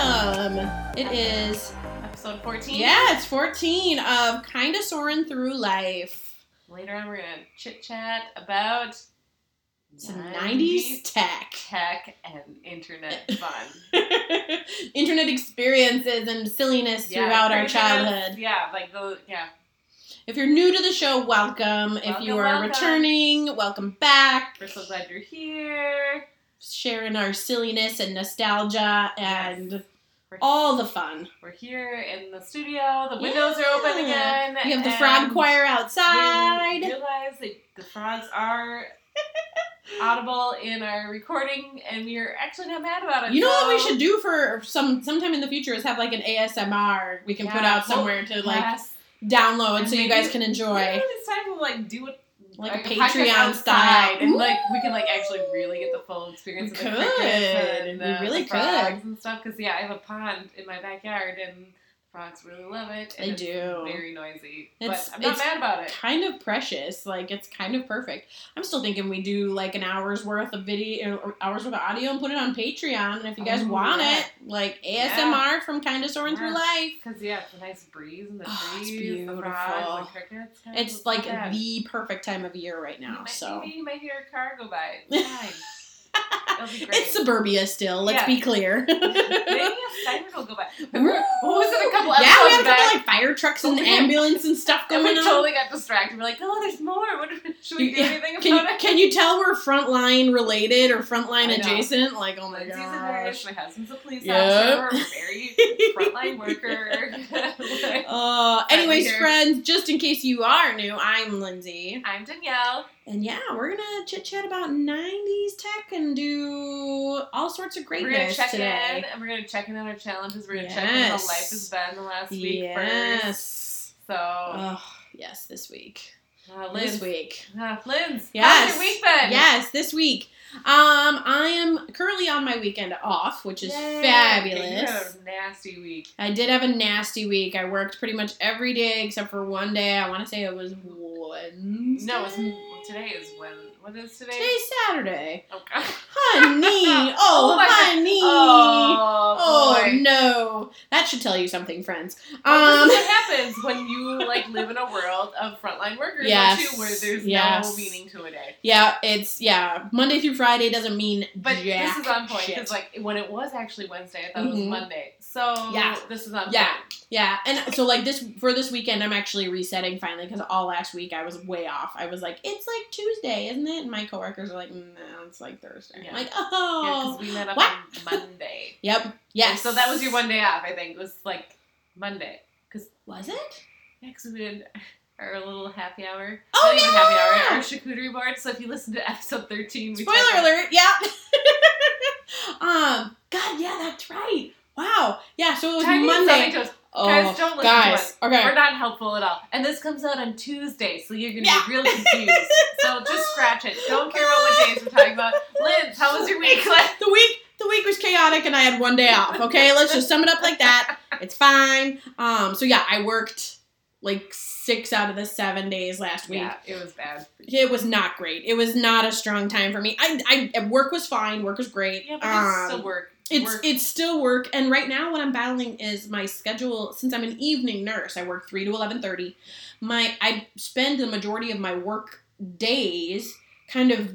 episode. It is, Episode 14. yeah, it's 14 of Kinda Soaring Through Life. Later on, we're going to chit chat about Some 90s tech. tech and internet fun. Internet experiences and silliness Yeah, throughout our everything else- childhood. Yeah, like the, yeah. If you're new to the show, welcome. if you Welcome, are welcome. returning, welcome back. We're so glad you're here. Sharing our silliness and nostalgia and We're, all the fun. we're here in the studio. The windows are open Yeah. again. We have the and frog choir We outside. realize that the frogs are audible in our recording, and we are actually not mad about it. You know what we so- should do for some sometime in the future is have like an ASMR we can put Yeah. out somewhere to like Yes. download And so you maybe- guys can enjoy. Maybe it's time to like do it Like a podcast Patreon outside, style. and like we can like actually really get the full experience. We of the could. crickets and, We uh, really the frogs could. and stuff. Because yeah, I have a pond in my backyard, and frogs really love it. And They it's do. Very noisy, It's- but I'm not it's mad about it. Kind of precious, like it's kind of perfect. I'm still thinking we do like an hour's worth of video, or hours worth of audio, and put it on Patreon. And if you guys Oh, want yeah. it, like Yeah. ASMR from Kind of Soaring Through Yes. Life. Because yeah, it's a nice breeze and the trees, Oh, it's the beautiful. frogs, the crickets. kind of It's like that. the perfect time of year right You now. might, So maybe you might hear a car go by. It's fine. It'll be great. it's suburbia still. Let's Yeah. be clear. Maybe a siren will go by. Remember- what was it a couple yeah, we had a couple episodes back? like fire trucks and Oh, yeah. ambulance and stuff And going we on. totally got distracted. We're like, oh, there's more. What, should we do Yeah. anything can about you, it? can you tell we're frontline related or I know. frontline adjacent? Like, oh my Lindsay's a gosh. nurse. My husband's a police Yep. officer. We're a very frontline worker. Uh, anyways, here. friends, just in case you are new, I'm Lindsay. I'm Danielle. And yeah, we're gonna chit chat about 90s tech and do all sorts of We're gonna greatness check in. today. and We're gonna check in on our challenges. We're gonna check in how Yes. life has been the last week first. Yes. So, uh, Oh, yes, this week. Linz, This week. uh, Linz, Yes. how's your week been? Yes, this week. Um, I am currently on my weekend off, which is Yay. You fabulous. had a nasty week. I did have a nasty week. I worked pretty much every day except for one day. I want to say it was Wednesday. No, it's, today is when. What is today? Today's Saturday. Oh, God. Honey, Oh oh, my God. honey. Oh, Oh, boy. no. That should tell you something, friends. Well, Um, this is what happens when you like live in a world of frontline workers don't Yes, you, where there's no yes. meaning to a day. yeah, it's yeah. Monday through Friday doesn't mean But jack this is on point shit. because like when it was actually Wednesday, I thought it was Mhm. Monday. So Yeah. this is on Yeah. point. Yeah, and so like this for this weekend, I'm actually resetting finally because all last week I was way off. I was like, it's like Tuesday, isn't it? And my coworkers are like, no, it's like Thursday. Yeah. I'm like, Yeah, oh, 'cause we met up What? on Monday. yep, yes. So that was your one day off. I think it was like Monday. Was it? Yeah, 'cause we did our little happy hour. Oh, Not even happy hour. yeah! Our charcuterie board. So if you listen to episode thirteen, we talk Spoiler about- alert. Yeah. um. God. Yeah, that's right. Wow. Yeah. So it was Chinese Monday. sandwich was Oh, Guys, don't listen to guys, us. Okay. We're not helpful at all. And this comes out on Tuesday, so you're gonna Yeah. be real confused. so just scratch it. Don't care about what days we're talking about. Liz, how was your week? Like, the week the week was chaotic and I had one day off. Okay, let's just sum it up like that. It's fine. Um, so yeah, I worked like six out of the seven days last week. yeah, it was bad. It was not great. It was not a strong time for me. I, I work was fine. Work was great. Yeah, but it's Um, still work. it's work. it's still work and right now what i'm battling is my schedule since i'm an evening nurse i work 3 to 11.30 my i spend the majority of my work days kind of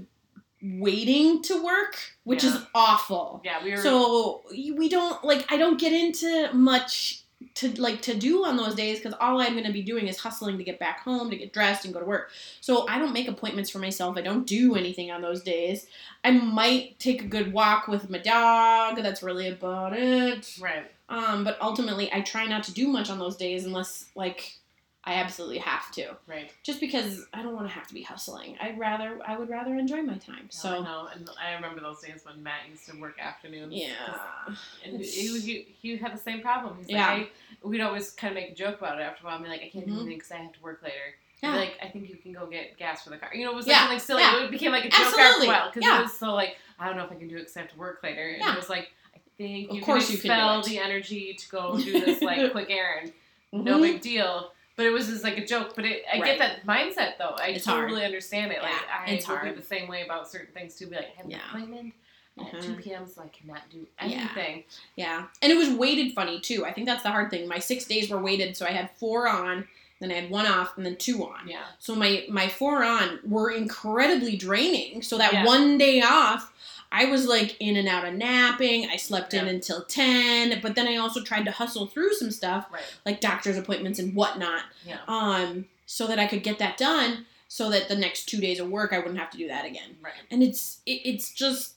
waiting to work which is Yeah. awful yeah, we were so we don't like i don't get into much to like to do on those days because all i'm going to be doing is hustling to get back home to get dressed and go to work so i don't make appointments for myself i don't do anything on those days i might take a good walk with my dog that's really about it right. um but ultimately i try not to do much on those days unless like i absolutely have to Right. just because i don't want to have to be hustling i'd rather i would rather enjoy my time So I so know. And I remember those days when Matt used to work afternoons. yeah And he, he, he had the same problem. He's Yeah. like, I, we'd always kind of make a joke about it after a while. I'm like, I can't do Mhm. anything because I have to work later. yeah Like, I think you can go get gas for the car. You know, it was like Yeah, something silly. yeah. It became like a joke after Absolutely, a while because yeah. it was so like, I don't know if I can do it because I have to work later. And Yeah. it was like, I think Of you course can you can do expel it. the energy to go do this like quick errand. No Mhm. big deal. But it was just like a joke. But it, I Right. get that mindset though. I It's totally understand it. Like Yeah, I it's would be hard. the same way about certain things too. Be like, I have Yeah. an appointment. At Mhm. 2 p.m., so I cannot do Yeah. anything. Yeah. And it was weighted funny too. I think that's the hard thing. My six days were weighted, so I had four on, then I had one off, and then two on. Yeah. So my my four on were incredibly draining. So that Yeah. one day off, I was like in and out of napping. I slept in Yeah. until ten, but then I also tried to hustle through some stuff Right. like doctor's appointments and whatnot, Yeah. um, so that I could get that done. So that the next two days of work, I wouldn't have to do that again. Right. And it's it, it's just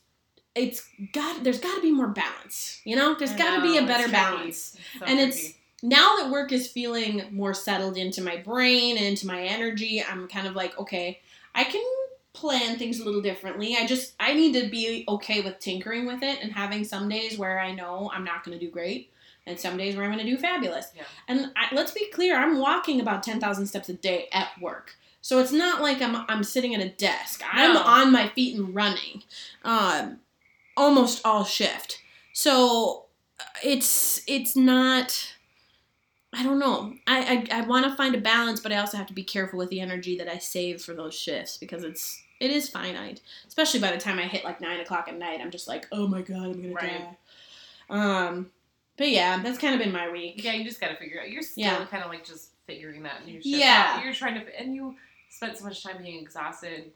it's got there's got to be more balance, you know. There's I got to be a know, it's better tricky. balance so and it's tricky. now that work is feeling more settled into my brain and into my energy i'm kind of like okay i can plan things a little differently i just i need to be okay with tinkering with it and having some days where i know i'm not going to do great and some days where i'm going to do fabulous Yeah. and I, let's be clear i'm walking about 10000 steps a day at work so it's not like i'm, I'm sitting at a desk i'm No. on my feet and running um, almost all shift so uh, it's it's not I don't know. I I, I want to find a balance, but I also have to be careful with the energy that I save for those shifts because it's it is finite. Especially by the time I hit like nine o'clock at night, I'm just like, oh my god, I'm gonna Right. die. Um, but yeah, that's kind of been my week. yeah, you just gotta figure it out. You're still Yeah. kind of like just figuring that. And you're just Yeah. You're trying to, and you spent so much time being exhausted.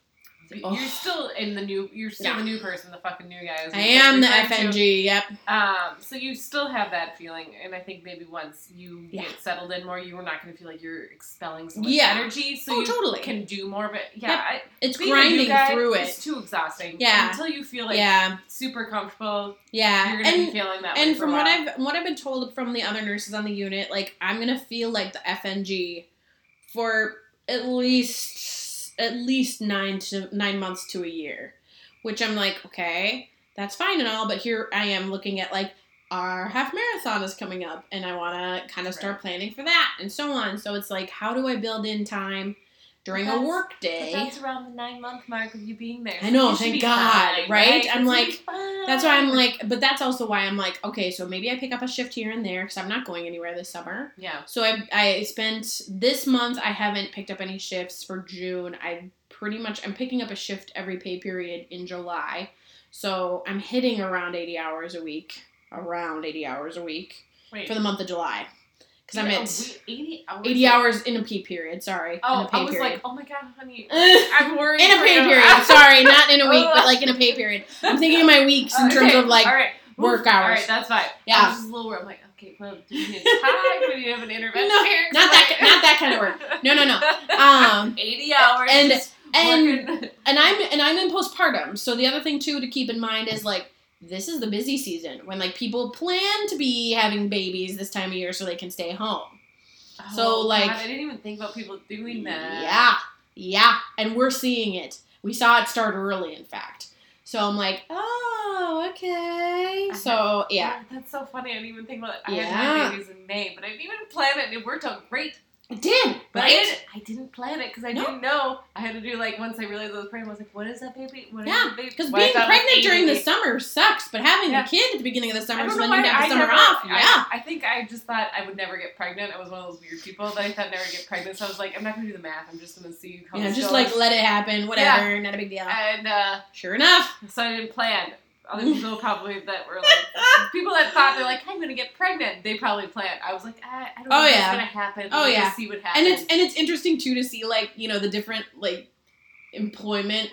But Oh. You're still in the new. You're still Yeah. the new person, the fucking new guy. as I we am the referred to. FNG. Yep. Um, so you still have that feeling, and I think maybe once you Yeah. get settled in more, you're not going to feel like you're expelling so much Yeah. energy, so oh, you totally. can do more of it. Yeah, Yep. I, it's being a new grinding guy through is it. too exhausting. Yeah. until you feel like yeah. super comfortable, Yeah. you're going to And be feeling that. way and for from a what while. I've what I've been told from the other nurses on the unit, like I'm gonna feel like the FNG for at least at least nine to nine months to a year, which I'm like, okay, that's fine and all, but here I am looking at like our half marathon is coming up, and I want to kind of start Right. planning for that and so on. So it's like, how do I build in time during a That's- work But day? that's around the nine month mark of you being there. I know, You should thank be God, fine, right? I'm It's like- gonna be fine. That's why I'm like, but that's also why I'm like, okay, so maybe I pick up a shift here and there because I'm not going anywhere this summer. yeah, So I, I spent this month. I haven't picked up any shifts for June. I pretty much I'm picking up a shift every pay period in July. So I'm hitting around 80 hours a week, around 80 hours a week wait, for the month of July, because I'm you're a at wee- eighty hours. 80 hours in a P period. Sorry, in Oh, a pay I was period. like, oh my god, honey, Ugh. I'm worried. in a for pay you. period. Sorry, not in a week, but like in a pay period. I'm thinking of my weeks in terms Okay, of like all right. work All hours. right, that's fine. Yeah. I'm just a little worried. I'm like, okay, well, do we need time? Do we have an intervention? No, here? not that- not that kind of work. No, no, no. Um, Eighty hours. And- just and working. and I'm and I'm in postpartum. So the other thing too to keep in mind is like this is the busy season when like people plan to be having babies this time of year so they can stay home. so, Oh, like- God, I didn't even think about people doing that. Yeah. Yeah. And we're seeing it. We saw it start early in fact. So I'm like, "Oh, okay." So, yeah. Oh, that's so funny. I didn't even think about it. I had Yeah. my babies in May, but I didn't even plan it. and It worked out great, It did, but I, right? didn't, I didn't plan it because I No. didn't know. I had to do like once I realized I was pregnant. I was like, "What is that baby? What is Yeah, that baby?" Because Well, I being thought it was pregnant during the 80. summer sucks, but having Yeah. a kid at the beginning of the I summer don't so know then why you'd have I the summer never- off. I- Yeah. I, think I just thought I would never get pregnant. I was one of those weird people that I thought never get pregnant. So I was like, I'm not gonna do the math. I'm just gonna see how Yeah, this just goes. like let it happen, whatever, not a big deal. and uh, Sure enough. so I didn't plan. Other people probably that were like people that thought they're like I'm gonna get pregnant. They probably planned. I was like I, I don't know Oh, what's yeah. gonna happen. Oh, Let's yeah. just see what happens. and it's and it's interesting too to see like you know the different like employment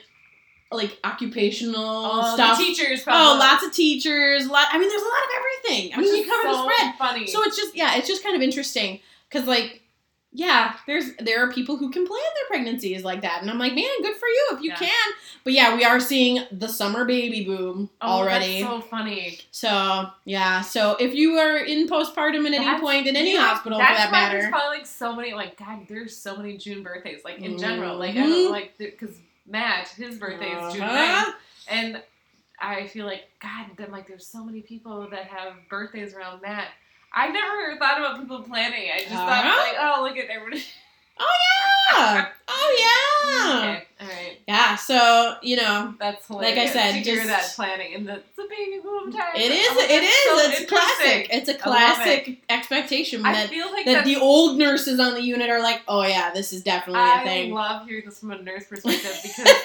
like occupational oh, stuff The teachers. oh Probably, lots of teachers lot i mean there's a lot of everything i Which mean is you cover so the spread Funny. so it's just yeah it's just kind of interesting because like yeah there's there are people who can plan their pregnancies like that and i'm like man good for you if you Yeah. can but yeah we are seeing the summer baby boom Oh, already That's so funny. so, yeah so if you are in postpartum at any That's- point in any yeah, hospital for That's that why matter There's probably like so many, like God, there's so many June birthdays, like in general, like I Mhm. don't like because Matt, his birthday is June Uh-huh. 9th, and I feel like God, then like there's so many people that have birthdays around Matt. I never thought about people planning. I just thought Uh-huh. like, oh, look at everybody. Oh yeah! Oh yeah! Okay. All right. Yeah, so you know, That's Like I hilarious. said, to hear just- that planning and the, it's a baby boom time. it is. I'm like, It that's is. so it's interesting. classic. It's a classic expectation I that feel like that that's the old nurses on the unit are like, oh yeah, this is definitely a I thing. love hearing this from a nurse perspective because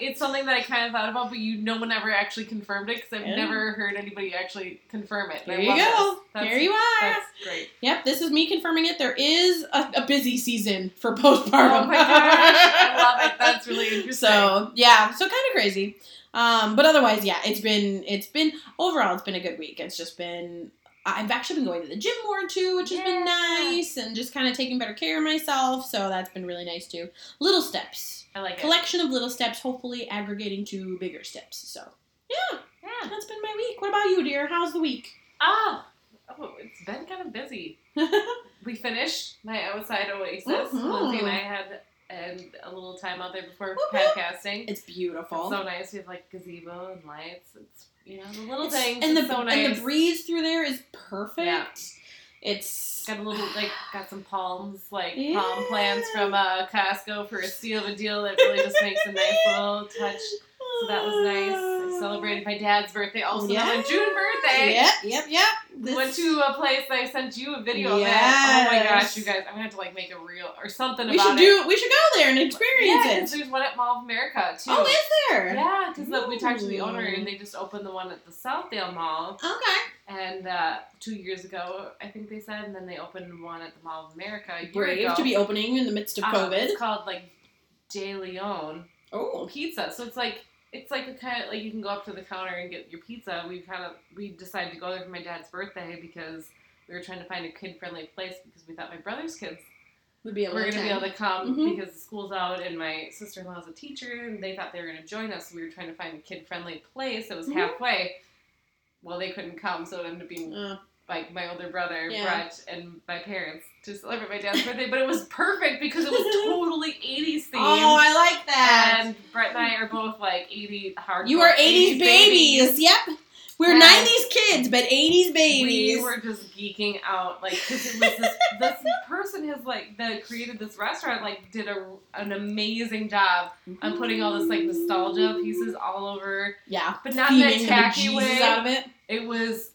it's something that I kind of thought about, but you no one ever actually confirmed it because I've Yeah. never heard anybody actually confirm it. and I Here you love go. this. That's, Here you are. That's great. Yep, this is me confirming it. There is a, a busy season for postpartum. Oh my gosh, I love it. That's really interesting. so yeah, so kind of crazy. Um, but otherwise, yeah, it's been it's been overall it's been a good week. It's just been I've actually been going to the gym more too, which has been Yeah. nice, and just kind of taking better care of myself. So that's been really nice too. Little steps, I like it. collection of little steps, hopefully aggregating to bigger steps. So yeah, Yeah. that's been my week. What about you, dear? How's the week? Oh, oh, it's been kind of busy. we finished my outside oasis. Mhm. Lindsay and I had and a little time out there before Woohoo. podcasting. It's beautiful. so nice. We have like gazebo and lights. It's you know the little It's- things. and the it's so nice. and the breeze through there is perfect. Yeah. It's Got a little like got some palms like Yeah. palm plants from uh, Costco for a steal of a deal that really just makes a nice little touch. So that was nice. I celebrated my dad's birthday also on Oh, my June birthday. Yep, yep, yep. We This- Went to a place I sent you a video of that. Oh my Yes. gosh, you guys, I'm gonna have to like make a reel or something we should about it. do. We should go there and yeah, experience 'cause it. there's one at Mall of America too. Oh, is there? yeah, because we talked to the owner Ooh. and they just opened the one at the Southdale Mall. Okay. and uh, two years ago, I think they said, and then they opened one at the Mall of America. A year Brave ago. to be opening in the midst of Um, COVID. It's called like De Leon Oh, Pizza, so it's like it's like a kind of like you can go up to the counter and get your pizza. We kind of we decided to go there for my dad's birthday because we were trying to find a kid friendly place because we thought my brother's kids we'd be able. were to going to be able attend. to come Mhm. because the school's out and my sister in law's a teacher and they thought they were going to join us. So we were trying to find a kid friendly place that was Mhm. halfway. Well, they couldn't come, so it ended up being Uh, like my older brother Yeah. Brett and my parents to celebrate my dad's birthday, but it was perfect because it was totally 80s themed. oh, I like that. and Brett and I are both like 80 hard. you are '80s babies. Yep. We're And- '90s kids, but '80s babies. We were just geeking out, like 'cause it was this, this person has like that created this restaurant like did a, an amazing job on putting all this like nostalgia pieces all over, Yeah. but not in Theming that the tacky bejesus way. out of it. It was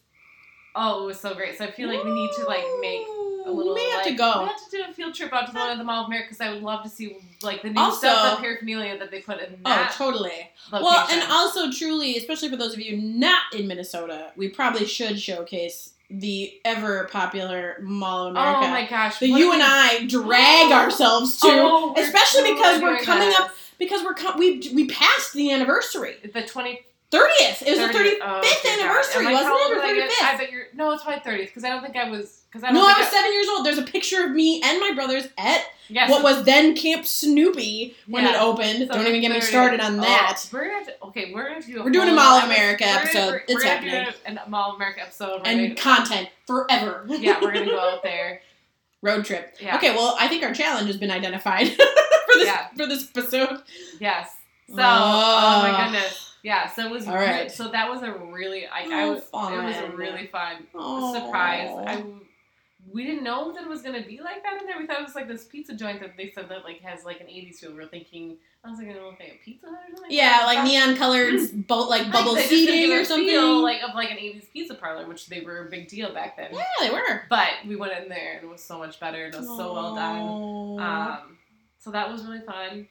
oh, it was so great. So I feel like we need to like make a little. We may have like- to go. We have to do a field trip out to the one at the Mall of America because I would love to see like the new Also- stuff, the paraphernalia that they put in Oh, that totally. location. Well, and also truly, especially for those of you not in Minnesota, we probably should showcase the ever popular Mall of America oh my gosh, that what you if and we- I drag ourselves to Oh, we're especially because we're doing coming that. up- because we're co- we we passed the anniversary the twenty thirtieth. It was the 30 thirtieth. oh, fifth dear God. anniversary, Am I wasn't it, probably or like 35th? I bet you're no, it's probably thirtieth because I don't think I was because I don't No, I think was seven years old. There's a picture of me and my brothers at yes, what was then Camp Snoopy when it Yeah. opened. so Don't even get me 30th. started on Oh, that. we're gonna have to, okay, we're gonna do a We're doing a whole Mall of episode- America we're gonna- episode. We're, It's we're gonna do happening. a- a Mall of America episode. We're And gonna, content forever. Oh yeah, we're gonna go out there. Road trip. Yeah. Okay, well, I think our challenge has been identified for this Yeah. for this episode. Yes. So, Oh. oh, my goodness. Yeah, so it was All right. re- so that was a really like I Oh, was it was a fun. really fun surprise. I we didn't know that it was gonna be like that in there. We thought it was like this pizza joint that they said that like has like an 80s feel. We're thinking I was like, well, like a pizza hut or something. yeah, like But- neon colored, bo- like Like, bubble they just didn't seating give or a something. feel, like of like an 80s pizza parlor, which they were a big deal back then. yeah, they were. But we went in there and it was so much better and it was so well done. done. Um, so that was really fun.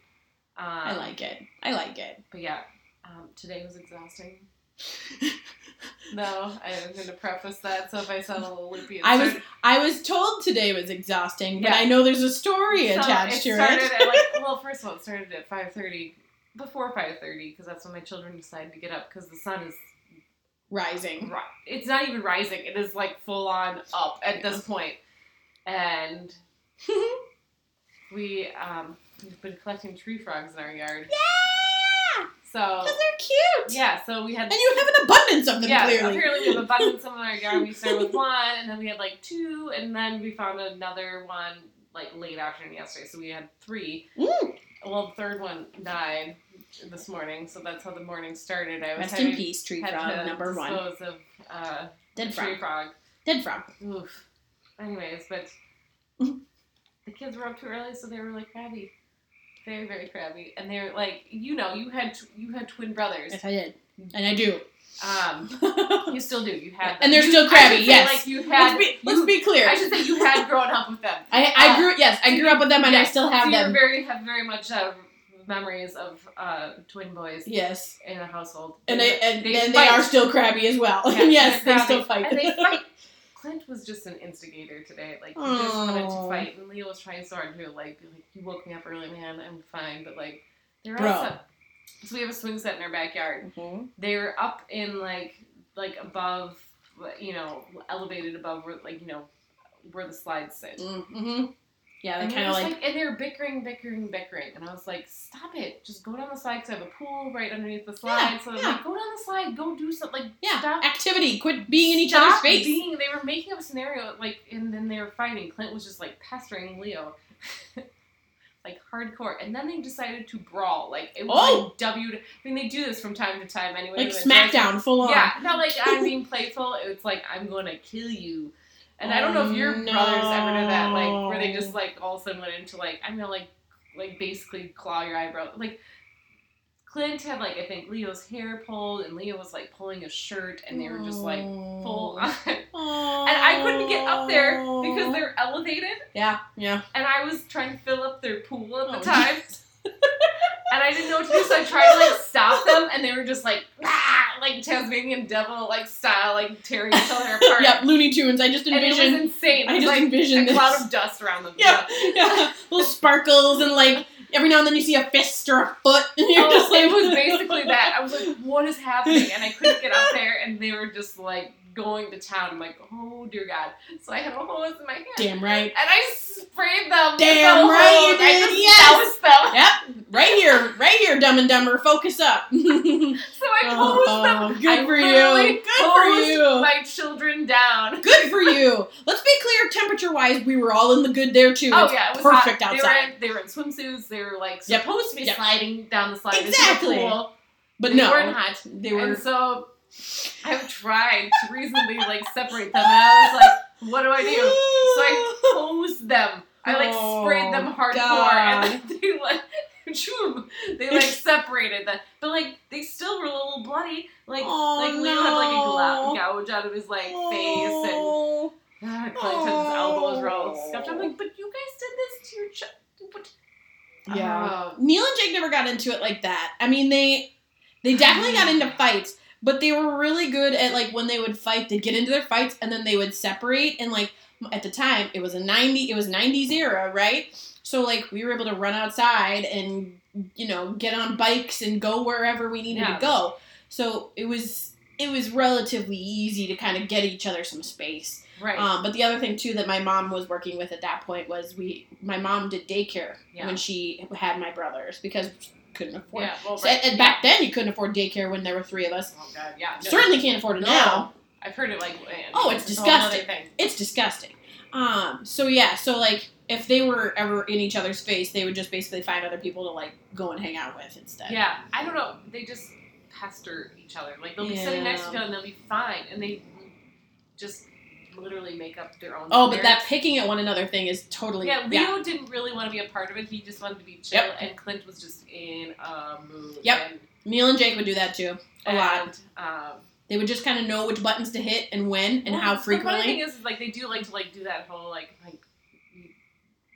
Um, I like it. I like it. But yeah, um, today was exhausting. no, I'm going to preface that. So if I sound a little loopy, it I was started- I was told today was exhausting, but Yeah. I know there's a story so attached to started it. At like, well, first of all, it started at 5:30, before 5:30, because that's when my children decided to get up because the sun is. Rising. Ri- it's not even rising; it is like full on up at this point, and we um, we've been collecting tree frogs in our yard. Yeah, So because they're cute. yeah, so we had And you have an abundance of them yeah, clearly. apparently we have abundance in our yard. We started with one, and then we had like two, and then we found another one like late afternoon yesterday. So we had three. Mm. Well, the third one died this morning, so that's how the morning started. I was Rest having, in peace, tree had frog to number one. dispose of uh, Dead tree frog. frog. Dead frog. Oof. Anyways, but the kids were up too early, so they were like, "Abby, very very crabby, and they're like, you know, you had tw- you had twin brothers. Yes, I did, and I do. Um, you still do. You had, them. And they're You- still I crabby, should say, yes. like you had. let's be, you- let's be clear. I I, should say you had grown up with them. I, uh, grew yes, I grew up with them, and I Yes. still have so them. You very have very much uh, memories of uh, twin boys yes, in a household, and they and They then they fight. are still crabby as well. yes, they're they still crabby. fight. And they fight. Clint was just an instigator today. Like he just wanted to Aw. fight, and Leo was trying so hard to. Like, be like you woke me up early, man. I'm fine, but like they're Bro. awesome. So we have a swing set in our backyard. Mhm. They're up in like like above, you know, elevated above where like you know where the slides sit. Mhm. Yeah, And they they're kind of just, like like, and they're bickering, bickering, bickering, and I was like, "Stop it! Just go down the slide because I have a pool right underneath the slide." so I'm yeah. like, "Go down the slide, go do something." Like, yeah, stop activity. Quit being in each Stop other's face. being- they were making up a scenario, like, and then they were fighting. Clint was just like pestering Leo, like hardcore. And then they decided to brawl. Like it was Oh! like W. I mean, they do this from time to time anyway. like and it drives me- SmackDown, full on. Yeah, not like I'm being playful. It's like I'm going to kill you. And I don't know if your Oh, brothers ever did that, like where they no. just like all of a sudden went into like I'm gonna like like basically claw your eyebrow. Like Clint had like I think Leo's hair pulled, and Leo was like pulling his shirt, and they were just like Oh. full on. And I couldn't get up there because they're elevated, yeah, yeah. and I was trying to fill up their pool at Oh, the time. And I didn't know what to do, so I tried to like stop them, and they were just like, ah, like Tasmanian devil like style, like tearing each other apart. Yep, Looney Tunes. I just And it was envisioned. insane. It I was just like envisioned a this. cloud of dust around them. yeah, yeah. Little sparkles and like every now and then you see a fist or a foot, and you're Oh, just like, it was basically that. I was like, what is happening? And I couldn't get up there, and they were just like going to town. I'm like, oh dear God. So I had a hose in my hand. Damn right. And I sprayed them. with Damn the right you hose. I did. just Yes. doused them. Yep, right here, right here, Dumb and Dumber. Focus up. oh, So I hosed them. good I for literally you. Good for hosed you. My children down. Good for you. Let's be clear, temperature wise, we were all in the good there too. Oh It's yeah, it was perfect hot. outside. They were, in, they were in swimsuits. They were like Yep. supposed to be Yep. sliding down the slide into the Exactly. pool. But they no, weren't hot. they were. And so I've tried to reasonably like separate them, and I was like, what do I do? So I hosed them. I like sprayed them Oh, hardcore, God. and then they like, choom, they like separated them. But like they still were a little bloody. Like Oh, like Leo had like a no. glou- gouge out of his like face and. Oh. Ah, Clinton's elbows were all scuffed. I'm Oh. like, but you guys did this to your child. But Yeah. Oh. Neil and Jake never got into it like that. I mean, they they definitely got into fights, but they were really good at like when they would fight, they'd get into their fights and then they would separate and like at the time it was a 90 it was 90s era, right? So like we were able to run outside and you know, get on bikes and go wherever we needed Yeah. to go. So it was it was relatively easy to kind of get each other some space. right. Um, but the other thing too that my mom was working with at that point was we my mom did daycare Yeah. when she had my brothers because couldn't afford. yeah. Well, So- right. and back then you couldn't afford daycare when there were three of us. Oh god. Yeah. no. Certainly can't afford it No. now. I've heard it like. Oh, it's a whole other disgusting. thing. It's disgusting. Um, so yeah, so like if they were ever in each other's face, they would just basically find other people to like go and hang out with instead. Yeah. I don't know. They just pester each other. Like they'll be sitting next to each other and they'll be fine, and they just literally make up their own. Oh, but that scenarios. picking at one another thing is totally Yeah, yeah. Leo didn't really want to be a part of it. He just wanted to be chill, and Clint was just in a mood. Yep. and- Neil and Jake would do that too a lot. and, Um, They would just kind of know which buttons to hit and when and Well, how The funny frequently. thing is, is, like they do like to like do that whole like like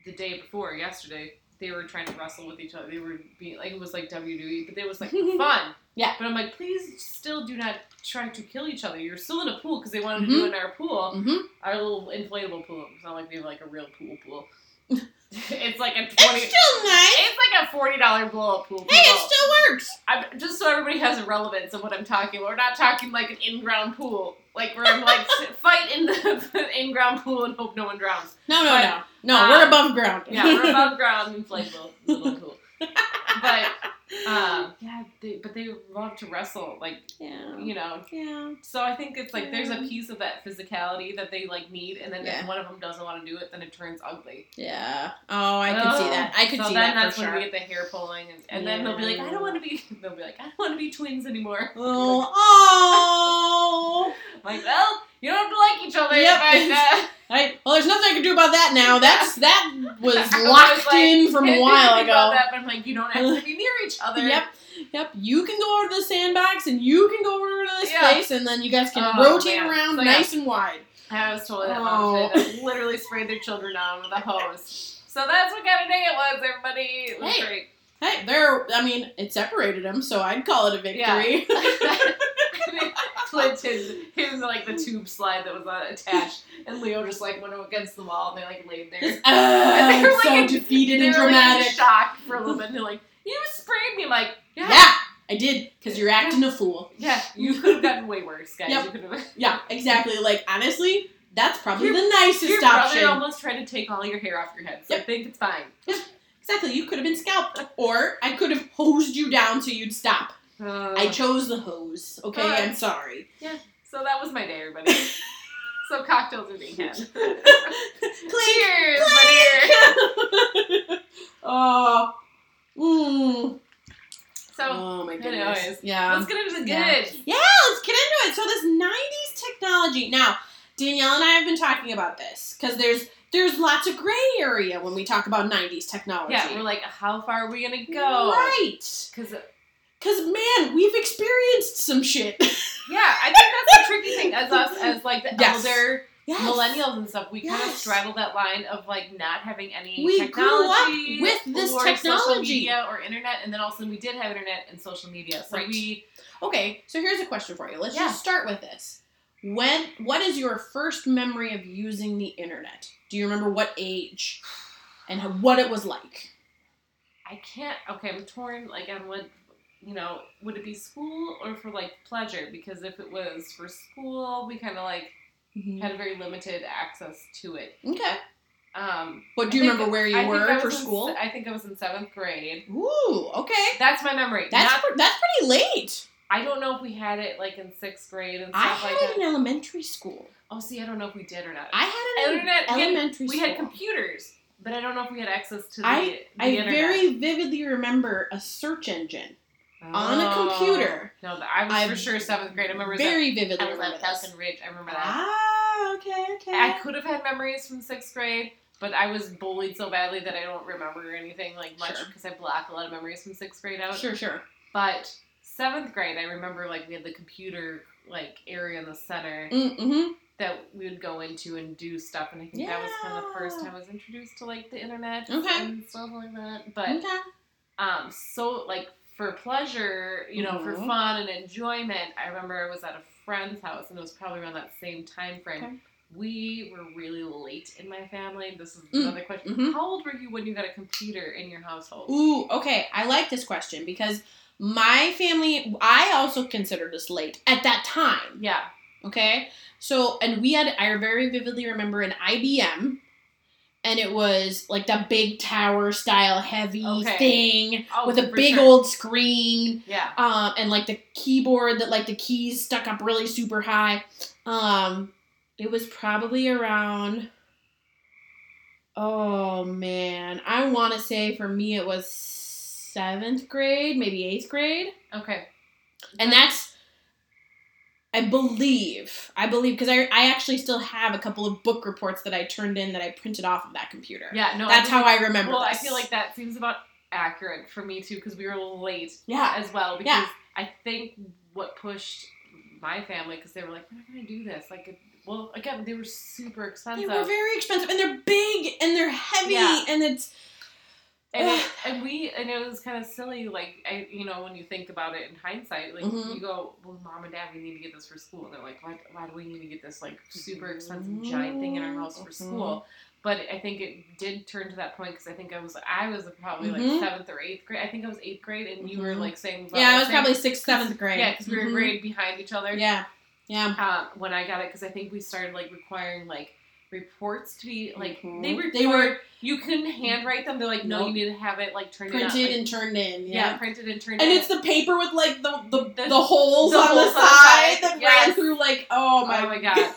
the day before yesterday they were trying to wrestle with each other. They were being like it was like WWE, but it was like fun. Yeah. But I'm like, please still do not try to kill each other. You're still in a pool because they wanted to do it in our pool, Mm-hmm. our little inflatable pool. It's not like we have like a real pool pool. it's like a twenty. It's still nice. It's like a forty dollar blow up pool. Hey, it people. still works. I'm, just so everybody has a relevance of what I'm talking. We're not talking like an in-ground pool, like where I'm like fight in the in-ground pool and hope no one drowns. No, no, But, no, no. um, we're above ground. Yeah, we're above ground inflatable little pool. But um, yeah, they, but they love to wrestle, like yeah, you know. yeah. So I think it's like there's a piece of that physicality that they like need, and then Yeah. if one of them doesn't want to do it, then it turns ugly. Yeah. Oh, I could see Oh, that. I could so see then that that's for when sure. we get the hair pulling, and, and then they'll be like, I don't want to be. They'll be like, I don't want to be twins anymore. Oh, oh. Like, well, you don't have to like each other. Yep. but, uh, oh. I, well, there's nothing I can do about about that now. That's that was I was locked like, in from I a didn't while think about ago. that, but I'm like, you don't have to be near each other. Yep, yep. You can go over to the sandbox, and you can go over to this Yeah. place, and then you guys can Oh, rotate man. around So, yeah. nice and wide. I was told that Oh. mom did. literally sprayed their children down with a hose. So that's what kind of day it was, everybody. It was Hey. great. Hey, there. I mean, it separated them, so I'd call it a victory. Clint hid, hid in, like the tube slide that was uh, attached, and Leo just like went against the wall, and they like laid there. Ah, They were so like- defeated they and were like, in dramatic. shock for a little bit, and they're like, "You sprayed me!" Like, yeah. yeah, yeah, I did because you're acting a fool. you could have gotten way worse, guys. Yep. You could have. Yeah, exactly. Like honestly, that's probably Your- the nicest Your brother option. almost tried to take all your hair off your head, so I Yep. think it's fine. Exactly, you could have been scalped, or I could have hosed you down so you'd stop. Uh, I chose the hose. Okay, Alright. I'm sorry. so that was my day, everybody. so cocktails are being had. Clink. Cheers, my dear. Oh. Mm. So oh my goodness. anyways, Oh, Yeah. let's get into the Yeah. good. Yeah, let's get into it. So this '90s technology. Now, Danielle and I have been talking about this because there's there's lots of gray area when we talk about '90s technology. Yeah, we're like, how far are we gonna go? right. Because Because man, we've experienced some shit. yeah, I think that's the tricky thing as us as like the Yes. elder Yes. millennials and stuff. We kind of Yes. straddle that line of like not having any We grew up technology with this or social technology. media or internet, and then all of a sudden we did have internet and social media. So Right. we Okay, so here's a question for you. Let's Yeah. just start with this. When what is your first memory of using the internet? Do you remember what age and how, what it was like? I can't. Okay, I'm torn. Like on what. You know, would it be school or for like pleasure? Because if it was for school, we kind of like Mm-hmm. had a very limited access to it. Okay. Um, But do you I think- remember where you I think I were was for in- school? I think I was in seventh grade. Ooh, okay. That's my memory. That's Not- pre- that's pretty late. I don't know if we had it like in sixth grade and I stuff had like it that. in elementary school. Oh, see, I don't know if we did or not. I had it in Internet- we had- elementary we school. had computers, but I don't know if we had access to the, I- the I internet. very vividly remember a search engine on a Oh. computer. No, but I was I for sure seventh grade. I remember very that. vividly I was remember at this. Falcon Ridge. I remember that. Ah, okay, okay. I could have had memories from sixth grade, but I was bullied so badly that I don't remember anything like much Sure. because I block a lot of memories from sixth grade out. sure, sure. But seventh grade, I remember like we had the computer like area in the center Mm-hmm. that we would go into and do stuff, and I think that was kind of the first Yeah. time I was introduced to like the internet Okay. and stuff like that. But Okay. um, so like for pleasure, you know, for Mhm. fun and enjoyment, I remember I was at a friend's house, and it was probably around that same time frame. Okay. We were really late in my family. This is Mm. another question. Mhm. How old were you when you got a computer in your household? Ooh, okay. I like this question because my family, I also considered this late at that time. Yeah, Okay. So, and we had, I very vividly remember an IBM. And it was like the big tower style heavy Okay. thing Oh, with a for big sure. old screen yeah. um, and like the keyboard that like the keys stuck up really super high. Um, it was probably around. Oh man, I want to say for me it was seventh grade, maybe eighth grade, Okay. and that's. I believe, I believe, because I, I actually still have a couple of book reports that I turned in that I printed off of that computer. yeah. No, That's I how I remember. Well, I this. feel like that seems about accurate for me too because we were late yeah, as well because Yeah. I think what pushed my family because they were like, "We're not gonna do this." Like, it- well, again, they were they super expensive, were very expensive, and they're big, and they're heavy, Yeah. and it's and, it, and we and it was kind of silly. Like, I you know when you think about it in hindsight, like Mhm. you go, "Well, mom and dad, we need to get this for school," and they're like, "Why? Why do we need to get this like super expensive giant thing in our house for Mhm. school?" But I think it did turn to that point because I think I was I was probably Mhm. like seventh or eighth grade. I think I was eighth grade, and you were Mhm. like saying, about Yeah, the it was same- probably sixth, seventh grade. Yeah, because we were Mhm. a grade behind each other. Yeah, yeah. um, when I got it because I think we started like requiring like reports to be like Mhm. they report They were- you couldn't handwrite them. They're like, no, Nope. you need to have it like turned in, Printed like- and turned in. yeah. Yeah. printed and turned And in. it's the paper with like the the, The- the holes the on holes the on the side side, that yes. ran through like oh oh my my god.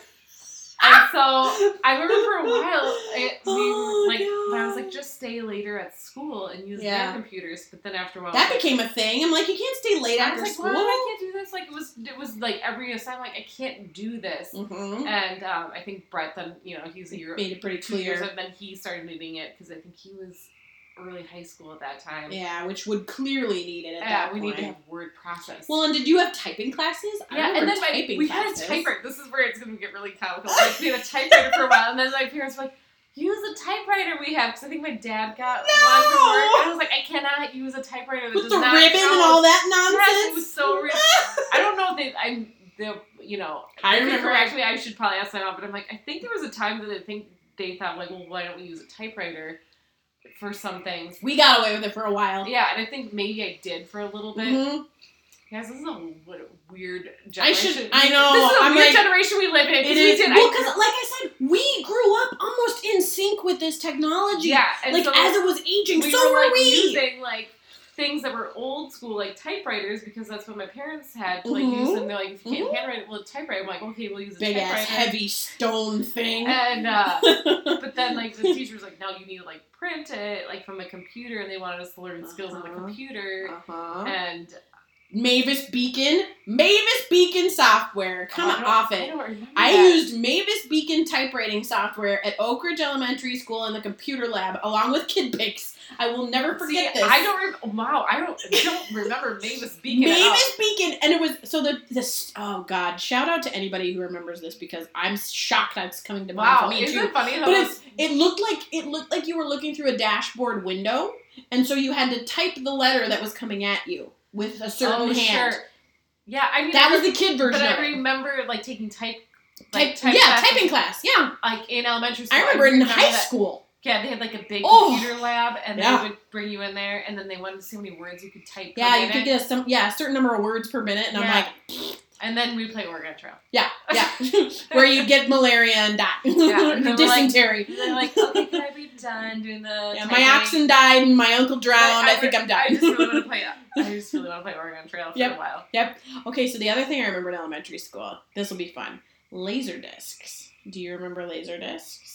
and so I remember for a while, it, we Oh, were, like when I was no. like, just stay later at school and use Yeah. their computers. But then after a while, That I was became a thing. I'm like, you can't stay late like, I after was like, school. well, I can't do this. Like it was, it was like every assignment, like I can't do this. mm-hmm. And um, I think Brett then, you know, he's a year, Made it pretty two years, clear. and then he started moving it because I think he was early high school at that time. Yeah, which would clearly need it at Yeah, that we need point. to have word process. Well, and did you have typing classes? I Yeah, and remember then my, typing we classes. had a typewriter. This is where it's going to get really comical. Like, we had a typewriter for a while, and then my parents were like, "Use the typewriter we have," because I think my dad got one No! for work. I was like, "I cannot use a typewriter that with does the not ribbon count." and all that nonsense. Yes, it was so real. I don't know if they. I'm. They, you know. I if they remember- Actually, I should probably ask them out, but I'm like, I think there was a time that I think they thought like, well, why don't we use a typewriter for some things? we got away with it for a while. Yeah, and I think maybe I did for a little bit. Mhm. Guys, this is a w- weird generation. I should- I know, This is a I'm weird like- generation we live in. It because we is did. well, I- because like I said, we grew up almost in sync with this technology. yeah, and like so as it was aging, we so were like we. using like things that were old school, like typewriters, because that's what my parents had to like use. Mhm. And they're like, if you can't handwrite it, well, typewriter. I'm like, okay, we'll use a Big ass typewriter. heavy stone thing. And uh, but then like the teacher was like, no, you need to like print it like from a computer, and they wanted us to learn skills on the Uh-huh. computer. Uh-huh. And Mavis Beacon, Mavis Beacon software. Come oh, I don't- off it. I, don't remember I that. used Mavis Beacon typewriting software at Oak Ridge Elementary School in the computer lab, along with Kid Picks. I will never forget See, this. I don't. Re- wow, I don't I don't remember Mavis Beacon. at all. Mavis Beacon, and it was so the this. Oh God! Shout out to anybody who remembers this because I'm shocked that's coming to mind Wow, for me isn't too. it funny how But those- it's, it looked like it looked like you were looking through a dashboard window, and so you had to type the letter that was coming at you with a certain oh, hand. Sure. Yeah, I mean That I was the kid But version. I of it. remember like taking type, like Type, yeah, classes, typing class. Yeah, like in elementary school. I remember in high that- school. Yeah, they had like a big Oh, computer lab, and yeah. they would bring you in there, and then they wanted to see how many words you could type. per Yeah, you could minute, get a, some yeah a certain number of words per minute, and I'm Yeah. like, and then we play Oregon Trail. yeah, yeah, where you get malaria and die, and they were like- dysentery. And they're like, okay, can I be done doing the? Yeah, my typing?" oxen died and my uncle drowned. I, think I'm I just really want done. to play. I just really want to play Oregon Trail for Yep. a while. okay, so the other thing I remember in elementary school, this will be fun. Laser discs. Do you remember laser discs?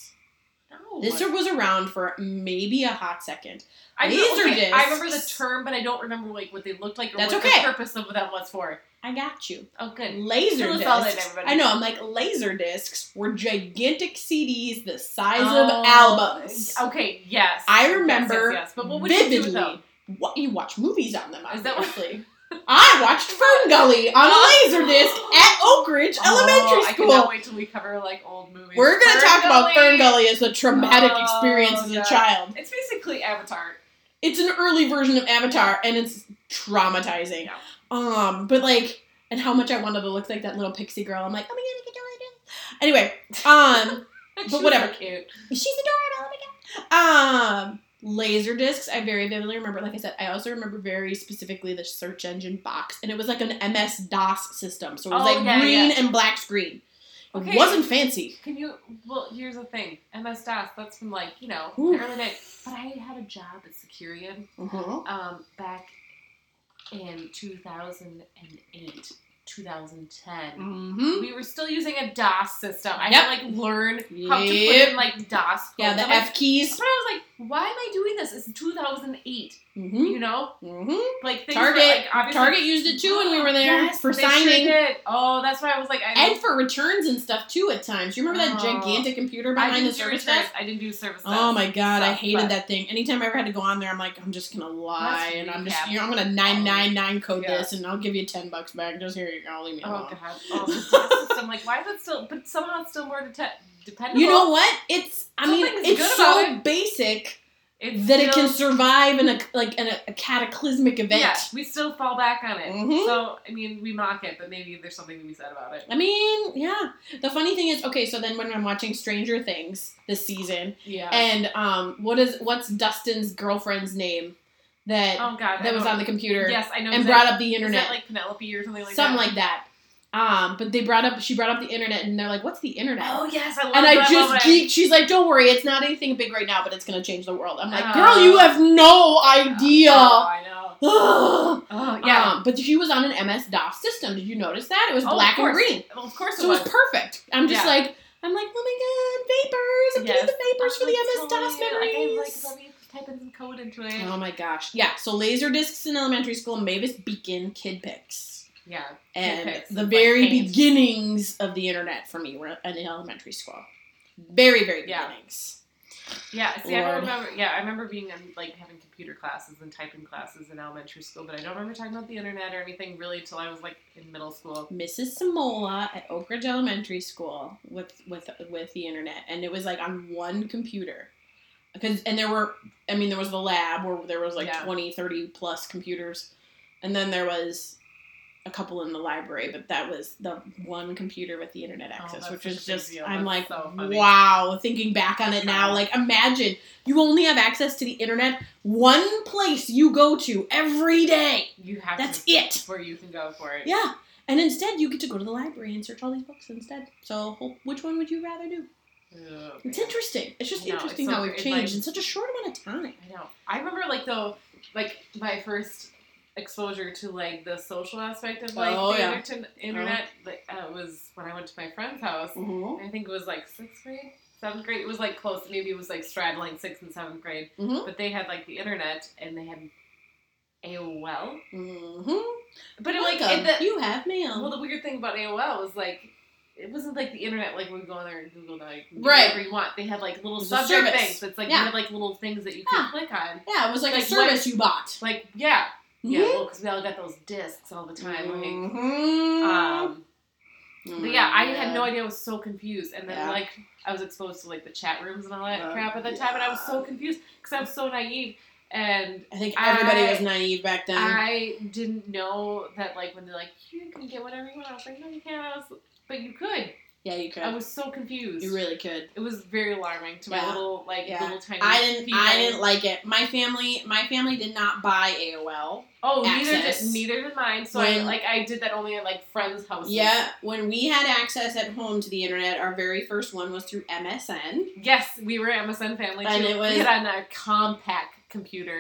No. This was around for maybe a hot second. I know- Laser okay, I remember the discs. term, but I don't remember like what they looked like or That's what okay. the purpose of them was for. I got you. Oh, good. Laser Fill us all in, discs. everybody. I know. I'm like laser discs were gigantic CDs the size Oh, of albums. Okay. Yes. I Yes, remember Yes, yes. But what would you do with them? What you watch movies on them? Is that what- Obviously. I watched Fern Gully on a laser disc at Oak Ridge Oh, Elementary I School. cannot wait till we cover like old movies. We're gonna Fern talk about Gully. Fern Gully as a traumatic Oh, experience as yeah. a child. It's basically Avatar. It's an early version of Avatar, and it's traumatizing. Yeah. Um, but like, and how much I wanted to look like that little pixie girl. I'm like, oh my god, I can do it. Anyway, um, She's so whatever. cute. she's adorable. Oh my god. Um, laser discs. I very vividly remember. Like I said, I also remember very specifically the search engine box, and it was like an MS DOS system, so it was Oh, like yeah, green yeah. and black screen. It Okay. wasn't fancy. Can you? Well, here's the thing. MS DOS. That's from like you know Ooh. the early days. But I had a job at Securian um, back in 2008, 2010. Mm-hmm. We were still using a DOS system. I Yep. had to like learn how to put Yep. in like DOS. Yeah, the codes. I'm like, F keys. So I was like, why am I doing this? It's 2008. Mm-hmm. You know, Mm-hmm. like things Target. Were, like, obviously- Target used it too when we were there Yes, for they sure signing. did. Oh, that's why I was like, I and for returns and stuff too at times. You remember that Oh. gigantic computer I behind didn't the do service returns. desk? I didn't do service. Oh desk. my god, I stuff, hated but- that thing. Anytime I ever had to go on there, I'm like, I'm just gonna lie Let's and I'm just recap. you know, I'm gonna nine nine nine code Yeah. this and I'll give you ten bucks back. Just here you go, leave me Oh alone. god. Oh, the DOS system. Like, why is it still? But somehow it's still more dete- dependable. You know what? It's I mean Something's it's good so about basic it's that it still- can survive in a like in a, a cataclysmic event. Yeah, we still fall back on it. Mhm. So I mean, we mock it, but maybe there's something to be said about it. I mean, yeah. The funny thing is, okay, so then when I'm watching Stranger Things this season, Yeah. and um, what is what's Dustin's girlfriend's name that oh god. that was on the computer Yes, I know. and is brought that, up the Is internet, that like Penelope or something like something that? like that. Um, but they brought up she brought up the internet, and they're like, "What's the internet?" Oh yes, I love and it. I love just it. geeked. She's like, "Don't worry, it's not anything big right now, but it's gonna change the world." I'm like, Oh. "Girl, you have no Oh, idea." I know. Ugh. Oh yeah. Um, but she was on an MS DOS system. Did you notice that? It was Oh, of black and course. green. Well, of course So it was perfect. I'm just Yeah. like, I'm like, oh my god, vapors! I'm getting Yes. Oh, the vapors for the MS DOS I like, memories. let me type in some code into it. oh my gosh, yeah. So laser discs in elementary school, Mavis Beacon, Kid Picks, yeah. and Kid Pix, the like very paint. beginnings of the internet for me were in elementary school. Very very Yeah. beginnings. Yeah, see, I Lord. don't remember. Yeah, I remember being in, like having computer classes and typing classes in elementary school, but I don't remember talking about the internet or anything really until I was like in middle school. Mrs. Samola at Oak Ridge Elementary School with with with the internet, and it was like on one computer. Because and there were, I mean, there was the lab where there was like Yeah. twenty, thirty 20, 30 plus computers, and then there was a couple in the library, but that was the one computer with the internet access, Oh, that's which such is a big just deal. I'm That's like, so funny. wow. Thinking back on it now, Wow. like imagine you only have access to the internet one place you go to every day. You have That's to, it. where you can go for it. Yeah. And instead, you get to go to the library and search all these books instead. So, wh- which one would you rather do? Ugh, It's man. interesting. It's just I know, interesting it's so how we've great, changed like- in such a short amount of time. I know. I remember like though, like my first exposure to like the social aspect of like Oh, the yeah. internet, internet like, uh, was when I went to my friend's house. I think it was like sixth grade, seventh grade. It was like close. Maybe it was like straddling sixth and seventh grade. Mhm. But they had like the internet and they had AOL. Mm-hmm. But it, like Welcome. it, the, you have mail. well, the weird thing about AOL was like it wasn't like the internet like we go on there and Google now you can do Right. whatever you want. They had like little It was a subject service. things. It's like Yeah. you had like little things that you could Yeah. click on. yeah, it was like, a like, service you bought. Like yeah, yeah. Mhm. Well, because we all got those discs all the Mm-hmm. time. Like, Mhm. um, Oh but my yeah, I had God. no idea. I was so confused, and then Yeah. like I was exposed to like the chat rooms and all that Uh, crap at the time, and I was so yeah. confused because I was so naive. And I think everybody I- was naive back then. I didn't know that, like, when they're like, you can get whatever you want. I was like, no, you can't. I was, but you could. yeah, you could. I was so confused. you really could. it was very alarming to my Yeah. little, like, Yeah. little tiny. I didn't. I feline- didn't like it. My family. My family did not buy AOL. Oh, access. neither did neither did mine. So I When- like I did that only at like friends' houses. Yeah, when we had access at home to the internet, our very first one was through MSN. Yes, we were MSN family too. And it was- we had on a Compaq computer.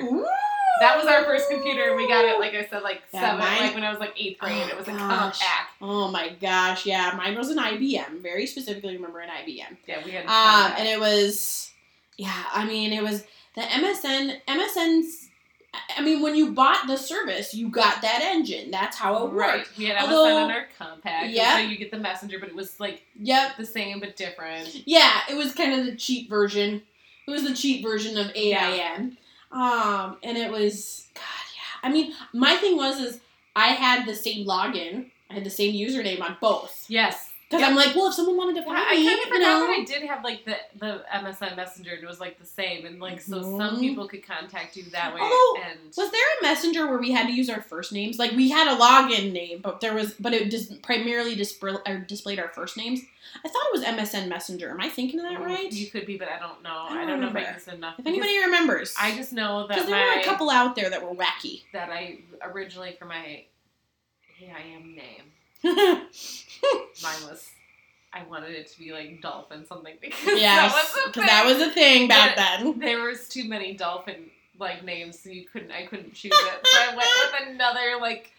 That was our first computer. We got it, like I said, like Yeah, seven, mine- like when I was like eighth grade. Oh, it was a gosh. Compaq. Oh my gosh, yeah, mine was an IBM. Very specifically, remember an IBM. Yeah, we had. a Um, Compaq. and it was, yeah, I mean, it was the MSN. MSN's. I- I mean, when you bought the service, you got that engine. That's how it Oh, right. worked. We had Although- MSN on our Compaq. Yeah. Yeah. So you get the messenger, but it was like Yep. the same but different. Yeah, it was kind of the cheap version. It was the cheap version of AIM. Um, and it was God, yeah. I mean, my thing was is I had the same login. I had the same username on both. Yes. Because I'm like, well, if someone wanted to Yeah, find I me, kind of you forgot know, that I did have like the, the MSN messenger and it was like the same and like so Mhm. some people could contact you that way Although- and was there a messenger where we had to use our first names? Like we had a login name, but there was, but it just primarily display, or displayed our first names. I thought it was MSN Messenger. Am I thinking of that right? Oh, you could be but I don't know don't I don't, know if remember. I used enough if because anybody remembers, I just know that because there were my- a couple out there that were wacky. that I originally for my hey I am name mine was I wanted it to be like dolphin something because yes, that was the because that was a thing back then. there was too many dolphin like names, so you couldn't. I couldn't choose it. So I went with another like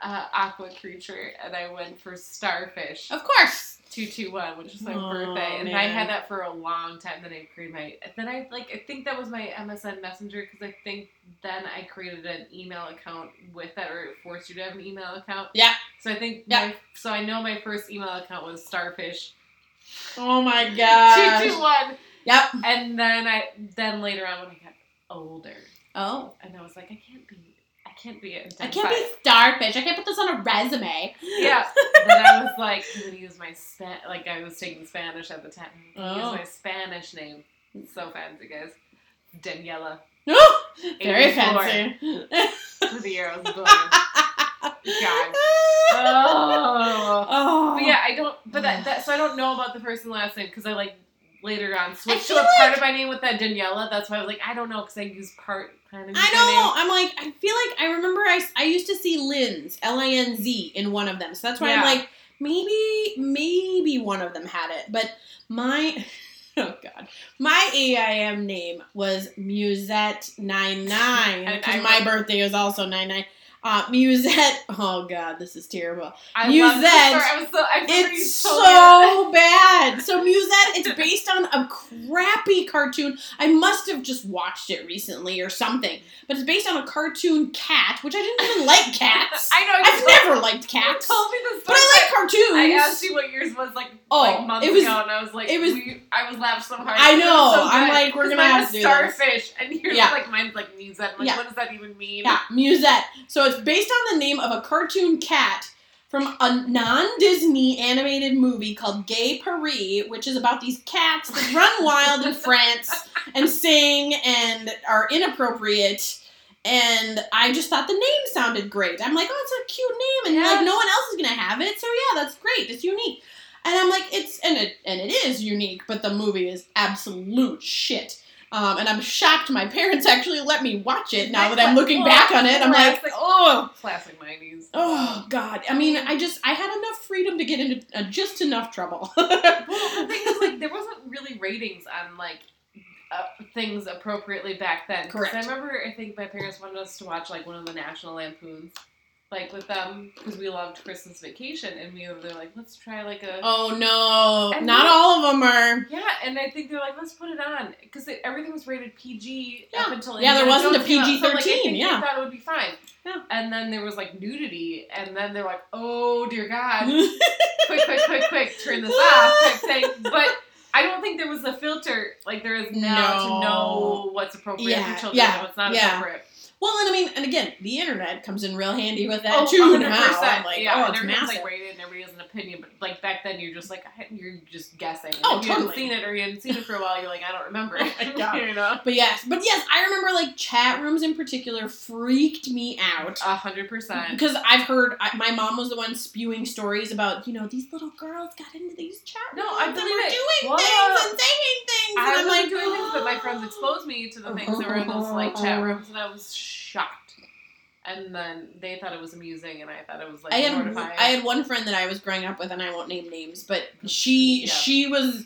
uh, aqua creature, and I went for starfish Of course. two two one, which was my Oh, birthday, and I man. had that for a long time. Then I created my. Then I like I think that was my MSN Messenger because I think then I created an email account with that, or it forced you to have an email account. Yeah. So I think Yeah. my, so I know my first email account was starfish Oh my two gosh. two one, Yep. and then I then later on when I got older. Oh. and I was like, I can't be, I can't be I can't be starfish. I can't put this on a resume. Yeah. then I was like, I'm gonna use my span. Like I was taking Spanish at the time. I'm gonna Oh. Use my Spanish name. It's so fancy, guys. Daniela. Very 84 fancy. For the year I was born. God. Oh. Oh. But yeah, I don't. But that, that. So I don't know about the first and last name because I like later on switched to feel a part of my name with that Daniela. That's why I was like, I don't know because I use part kind of. I know. I'm like, I feel like I remember I, I used to see Linz, L I N Z, in one of them. So that's why I'm Yeah. like, maybe, maybe one of them had it. But my, oh God, my AIM name was Musette99. And Because I my wrote- birthday was also 99. Uh, Musette, oh god, this is terrible. I You love this said story. I was so, I remember you It's told me that. so bad. So Musette, it's based on a crappy cartoon. I must have just watched it recently or something. But it's based on a cartoon cat, which I didn't even like cats. I know. you I've told- never liked You cats. told me this. But I like cartoons. I asked you what yours was like, Oh, like months it was- ago, and I was like, it was- we, I was laughed so hard. I It was know, so I'm good. like, we're 'Cause gonna mine have was to do this. starfish, and yours Yeah. was like mine's like needs I'm like, Yeah. what does that even mean? Yeah, Musette. So it's based on the name of a cartoon cat from a non-Disney animated movie called Gay Paris, which is about these cats that run wild in France and sing and are inappropriate. And I just thought the name sounded great. I'm like, oh, it's a cute name, and like Yes. no one else is gonna have it. So yeah, that's great. It's unique. And I'm like, it's and it and it is unique, but the movie is absolute shit. Um, and I'm shocked my parents actually let me watch it now that I'm oh, looking back on it. I'm like, Classic- oh, classic nineties. oh God. I mean, I just I had enough freedom to get into uh, just enough trouble. well, the thing is, like, there wasn't really ratings on like uh, things appropriately back then. 'Cause Correct. I remember, I think my parents wanted us to watch like one of the National Lampoons, like with them, because we loved Christmas Vacation, and we were like, let's try like a. oh no, And not we- all of them are. Yeah, and I think they're like, let's put it on because everything was rated PG up Yeah. until Yeah, there Indiana wasn't a Jones came out, so, like, PG-13, I think they yeah. thought it would be fine. Yeah. And then there was like nudity, and then they're like, oh dear God, quick, quick, quick, quick, turn this off type thing. But I don't think there was a filter like there is now No. to know what's appropriate Yeah, for children yeah, and what's not yeah. appropriate. well, and I mean, and again, the internet comes in real handy with that Oh, too. 100%, Now, Uh, I'm like, yeah, oh, and it's everything's massive. like rated, and everybody has an opinion. But like back then, you're just like I- you're just guessing. And Oh, if you haven't totally. seen it or you hadn't seen it for a while, you're like I don't remember. Oh my God. you know. but yes, but yes, I remember like chat rooms in particular freaked me out. A hundred percent. Because I've heard I, my mom was the one spewing stories about you know these little girls got into these chat No, rooms I and were believe it. doing Whoa. things and saying things, and I am was like "Oh." like doing things, but my friends exposed me to the things that were in those like chat rooms, and I was shocked. And then they thought it was amusing, and I thought it was like I had mortifying. I had one friend that I was growing up with, and I won't name names, but she Yeah. she was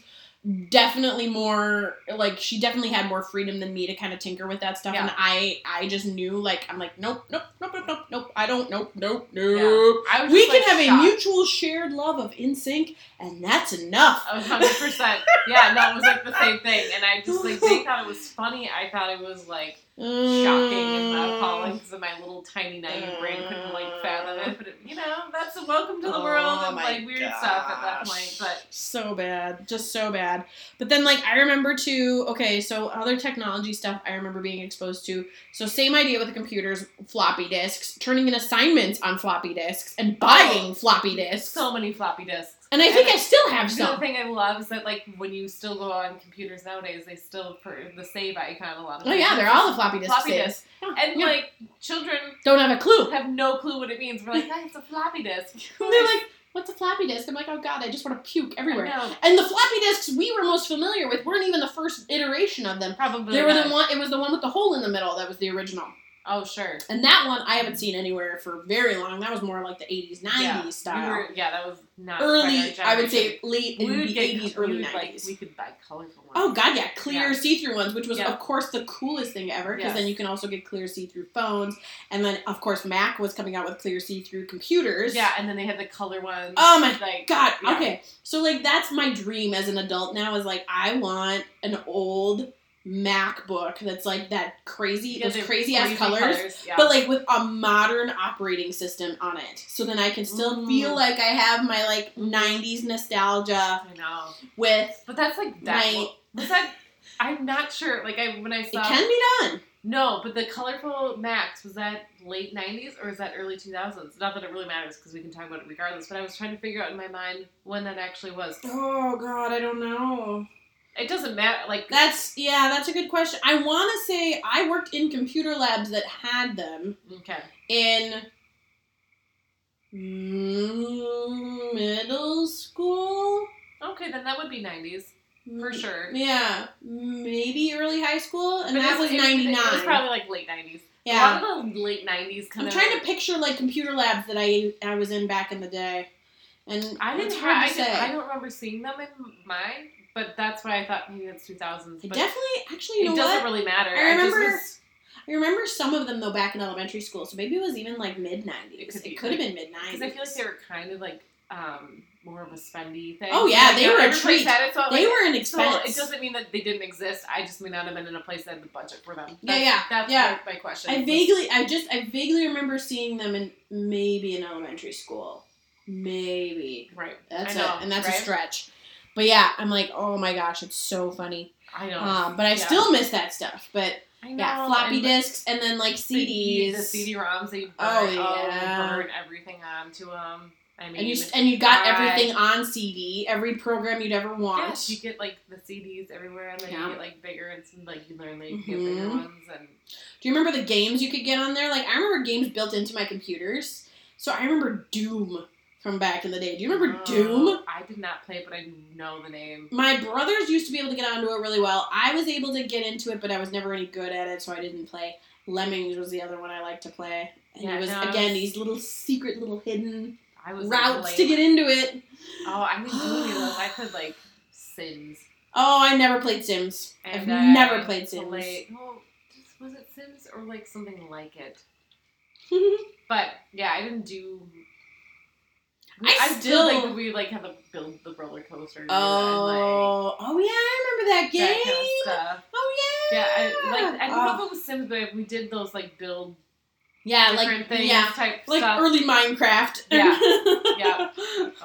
definitely more like she definitely had more freedom than me to kind of tinker with that stuff, Yeah. and I I just knew like I'm like nope nope nope nope nope nope I don't nope nope Yeah. nope. I was We just, can like, have shocked. a mutual shared love of InSync, and that's enough. A hundred percent. Yeah, no, it was like the same thing, and I just like they thought it was funny. I thought it was like shocking and Mm. appalling because my little tiny naive brain couldn't like fathom it. But it, you know, that's a welcome to the world Oh and my like weird stuff at that gosh. point. But so bad just so bad but then like i remember too okay so other technology stuff i remember being exposed to so same idea with the computers floppy disks turning in assignments on floppy disks and buying floppy disks Oh. so many floppy disks. and i think and i still have The other some thing I love is that like when you still go on computers nowadays, they still for the save icon a lot of. oh times. yeah they're all the floppy disks floppy is. disks, and Yeah. like children don't have a clue have no clue what it means. We're like, "Ah, it's a floppy disk. they're like what's a floppy disk i'm like oh god i just want to puke everywhere No, and the floppy disks we were most familiar with weren't even the first iteration of them probably. they were the not. one it was the one with the hole in the middle that was the original Oh sure. And that one I haven't seen anywhere for very long. That was more like the 80s, 90s Yeah, style. We were, yeah, that was not quite our early, I would generation. say late we in would the get 80s, we early would, 90s. Like, we could buy colorful ones. oh, God, yeah. Clear Yeah. see through ones, which was, Yeah. of course, the coolest thing ever because Yes. then you can also get clear see through phones. And then, of course, Mac was coming out with clear see through computers. Yeah, and then they had the color ones. Oh my like, God, Yeah. okay. So, like, that's my dream as an adult now is like, I want an old MacBook that's like that crazy, yeah, those they're crazy ass colors. yeah. but like with a modern operating system on it. So then I can still Mm. feel like I have my like 90s nostalgia I know. with But that's like that. My- was that? I'm not sure. Like I when I it saw can be done. no, but the colorful Max was that late '90s or is that early 2000s? Not that it really matters because we can talk about it regardless. But I was trying to figure out in my mind when that actually was. Oh god, I don't know. It doesn't matter. Like That's yeah, that's a good question. I want to say I worked in computer labs that had them okay, in mm, middle school okay, then that would be '90s for sure. Yeah, maybe early high school, and But that it was it ninety It was nine. probably like late '90s. Yeah, A lot of the late '90s kind I'm of. trying to picture like computer labs that I I was in back in the day, and I it's didn't. hard Ha- I, to didn't- say. I don't remember seeing them in mine, but that's why I thought maybe it's 2000s. I But definitely actually, you it know doesn't what? really matter. I remember- I just was I remember some of them though back in elementary school, so maybe it was even like mid It nineties. could It be, could have like- been mid nineties. Because I feel like they were kind of like um, more of a spendy thing. Oh, yeah, Like, they not were a every place treat. had it, so, like, They were an so expense. it doesn't mean that they didn't exist. I just may not have been in a place that had the budget for them. Yeah, That's- yeah, That's yeah. My, my question. I was- vaguely, I just, I vaguely remember seeing them in maybe in elementary school, maybe. Right. That's I know, it, and that's a right? stretch. But yeah, I'm like, oh my gosh, it's so funny. I know. Um, but I Yeah. still miss that stuff. But I know. yeah, floppy and discs and then like the- CDs. The CD ROMs, they burn, Oh, oh, yeah. they burn everything onto them. I mean, and you and you got God. everything on CD, every program you'd ever want. Yes, you get like the CDs everywhere, and then Yeah. you get like bigger, and some, like you learn like you get bigger Mhm. ones, and Do you remember the games you could get on there? Like I remember games built into my computers. So I remember Doom from back in the day. Do you remember Oh, Doom? I did not play, it, but I know the name. My brothers used to be able to get onto it really well. I was able to get into it, but I was never any good at it, so I didn't play. Lemmings was the other one I liked to play. And Yeah, it was no, I again was- these little secret little hidden I was like, routes late. to get into it. Oh, I was doing it. was- I played like Sims. Oh, I never played Sims. I've And uh, I never played Sims. Played, oh, just- was it Sims or like something like it? But yeah, I didn't do. I did, still- like we like had to build the roller coaster. And, like, oh, oh yeah, I remember that game. that kind of stuff. oh yeah. Yeah, I, like I don't Oh. know if it was Sims, but we did those like build Yeah, different like things yeah, type like stuff. early Minecraft. Yeah. yeah.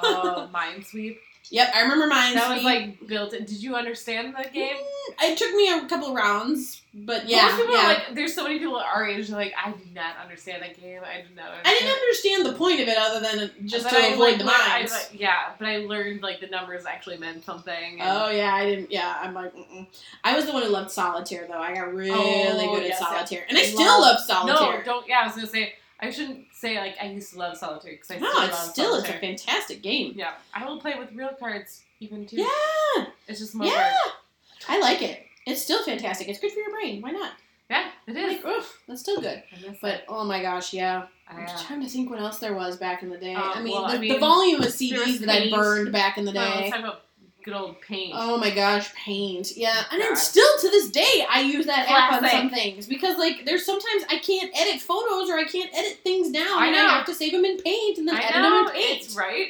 Oh, Minesweep. yep, I remember mine. That was like built. in. Did you understand the game? it took me a couple rounds, but yeah, Most people yeah. are like, there's so many people at our age who are like, I do not understand that game. I do not understand. I didn't understand the point of it other than just But to I, avoid like, the lear- I, mines. like- yeah, but I learned like the numbers actually meant something. and- Oh yeah, I didn't. Yeah, I'm like, mm-mm. I was the one who loved solitaire though. I got really Oh, good at yes, yes. solitaire, and I Love- still love no, solitaire. don't. Yeah, I was gonna say I shouldn't say like I used to love solitaire because I No, still it's love still it's a solitaire. fantastic game. yeah, I will play with real cards even too. Yeah, It's just more Yeah. cards. I like it. It's still fantastic. It's good for your brain. Why not? Yeah, it is. Like, oof, that's still good. I miss But it. oh my gosh, yeah. I'm I, uh, just trying to think what else there was back in the day. Um, I, mean, well, the, I the mean, volume of there was CDs that I paint. burned back in the well, let's day. talk about good old paint. Oh my gosh, paint. Yeah, and I'm God. still to this day I use that app on Classic. some things because like there's sometimes I can't edit photos or I can't edit things down. I and know. I have to save them in paint and then I edit know them in paint. it's right.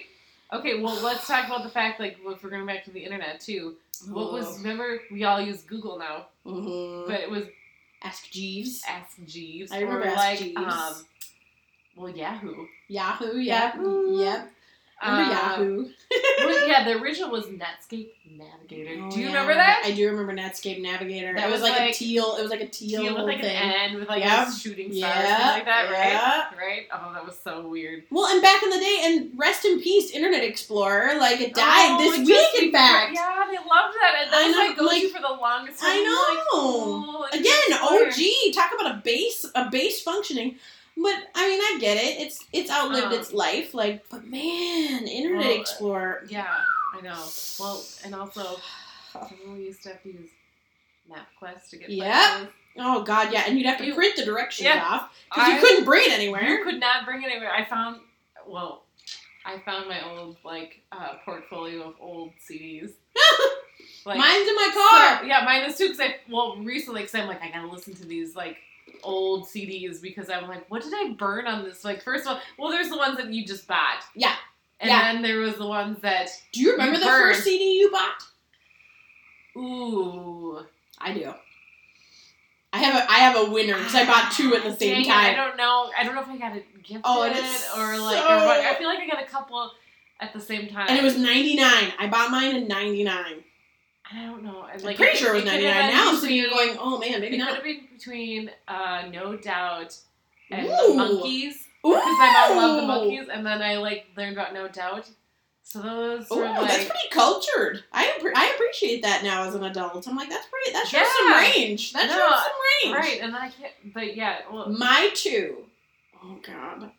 Okay, well let's talk about the fact like if we're going back to the internet too. What was remember we all use Google now, Mhm. but it was Ask Jeeves, Ask Jeeves I remember or Ask like Jeeves. um, well Yahoo. Yahoo, yep, Yahoo. yep. Remember Uh, Yahoo? well, yeah, the original was Netscape Navigator. Oh, Do you yeah, remember that? I do remember Netscape Navigator. That it was was, like, a like, teal. It was like a teal Deal with like thing. an N with like Yep. a shooting star or Yeah, something like that, yeah. right? Right? Oh, that was so weird. Well, and back in the day, and rest in peace, Internet Explorer. Like it died Oh, this it week, just in became- fact. Yeah, they loved that. And that I was know, my go-to like- for the longest time. I Like, know. cool, it's Again, just clever. OG. Talk about a base, a base functioning. But I mean, I get it. It's it's outlived Um, its life. Like, but man, Internet well, uh, Explorer. Yeah, I know. Well, and also, remember we used to have to use MapQuest to get Yep. places? Oh God, yeah. And you'd have to You- print the directions Yeah. off because I you couldn't bring it You anywhere. could not bring it anywhere. I found, well, I found my old like uh, portfolio of old CDs. like, Mine's in my so- car. yeah, mine is too. Cause I well recently, cause I'm like I gotta listen to these like old CDs because I'm like, what did I burn on this? Like first of all, well, there's the ones that you just bought. Yeah. And Yeah. then there was the ones that do you remember the burned. first CD you bought? ooh. I do. I have a I have a winner because I bought two at the same Ah, Dang it, time. I don't know. I don't know if I got it gifted Oh, it is or like so- or what. I feel like I got a couple at the same time. and it was 99 i bought mine in 99 I don't know. I- i'm Like, pretty sure it was could have 99 been now i'm sitting here between- going oh man maybe It could not have been between uh, No Doubt and Ooh. the Monkeys. Ooh! Because my mom loved the Monkeys, and then I like learned about No Doubt. So those Ooh, were that's like. pretty cultured. I appre- I appreciate that now as an adult. I'm like, that's pretty. That shows some Yeah. range. That No, shows some range. Right, and then I can't. But yeah, well. My two. Oh god.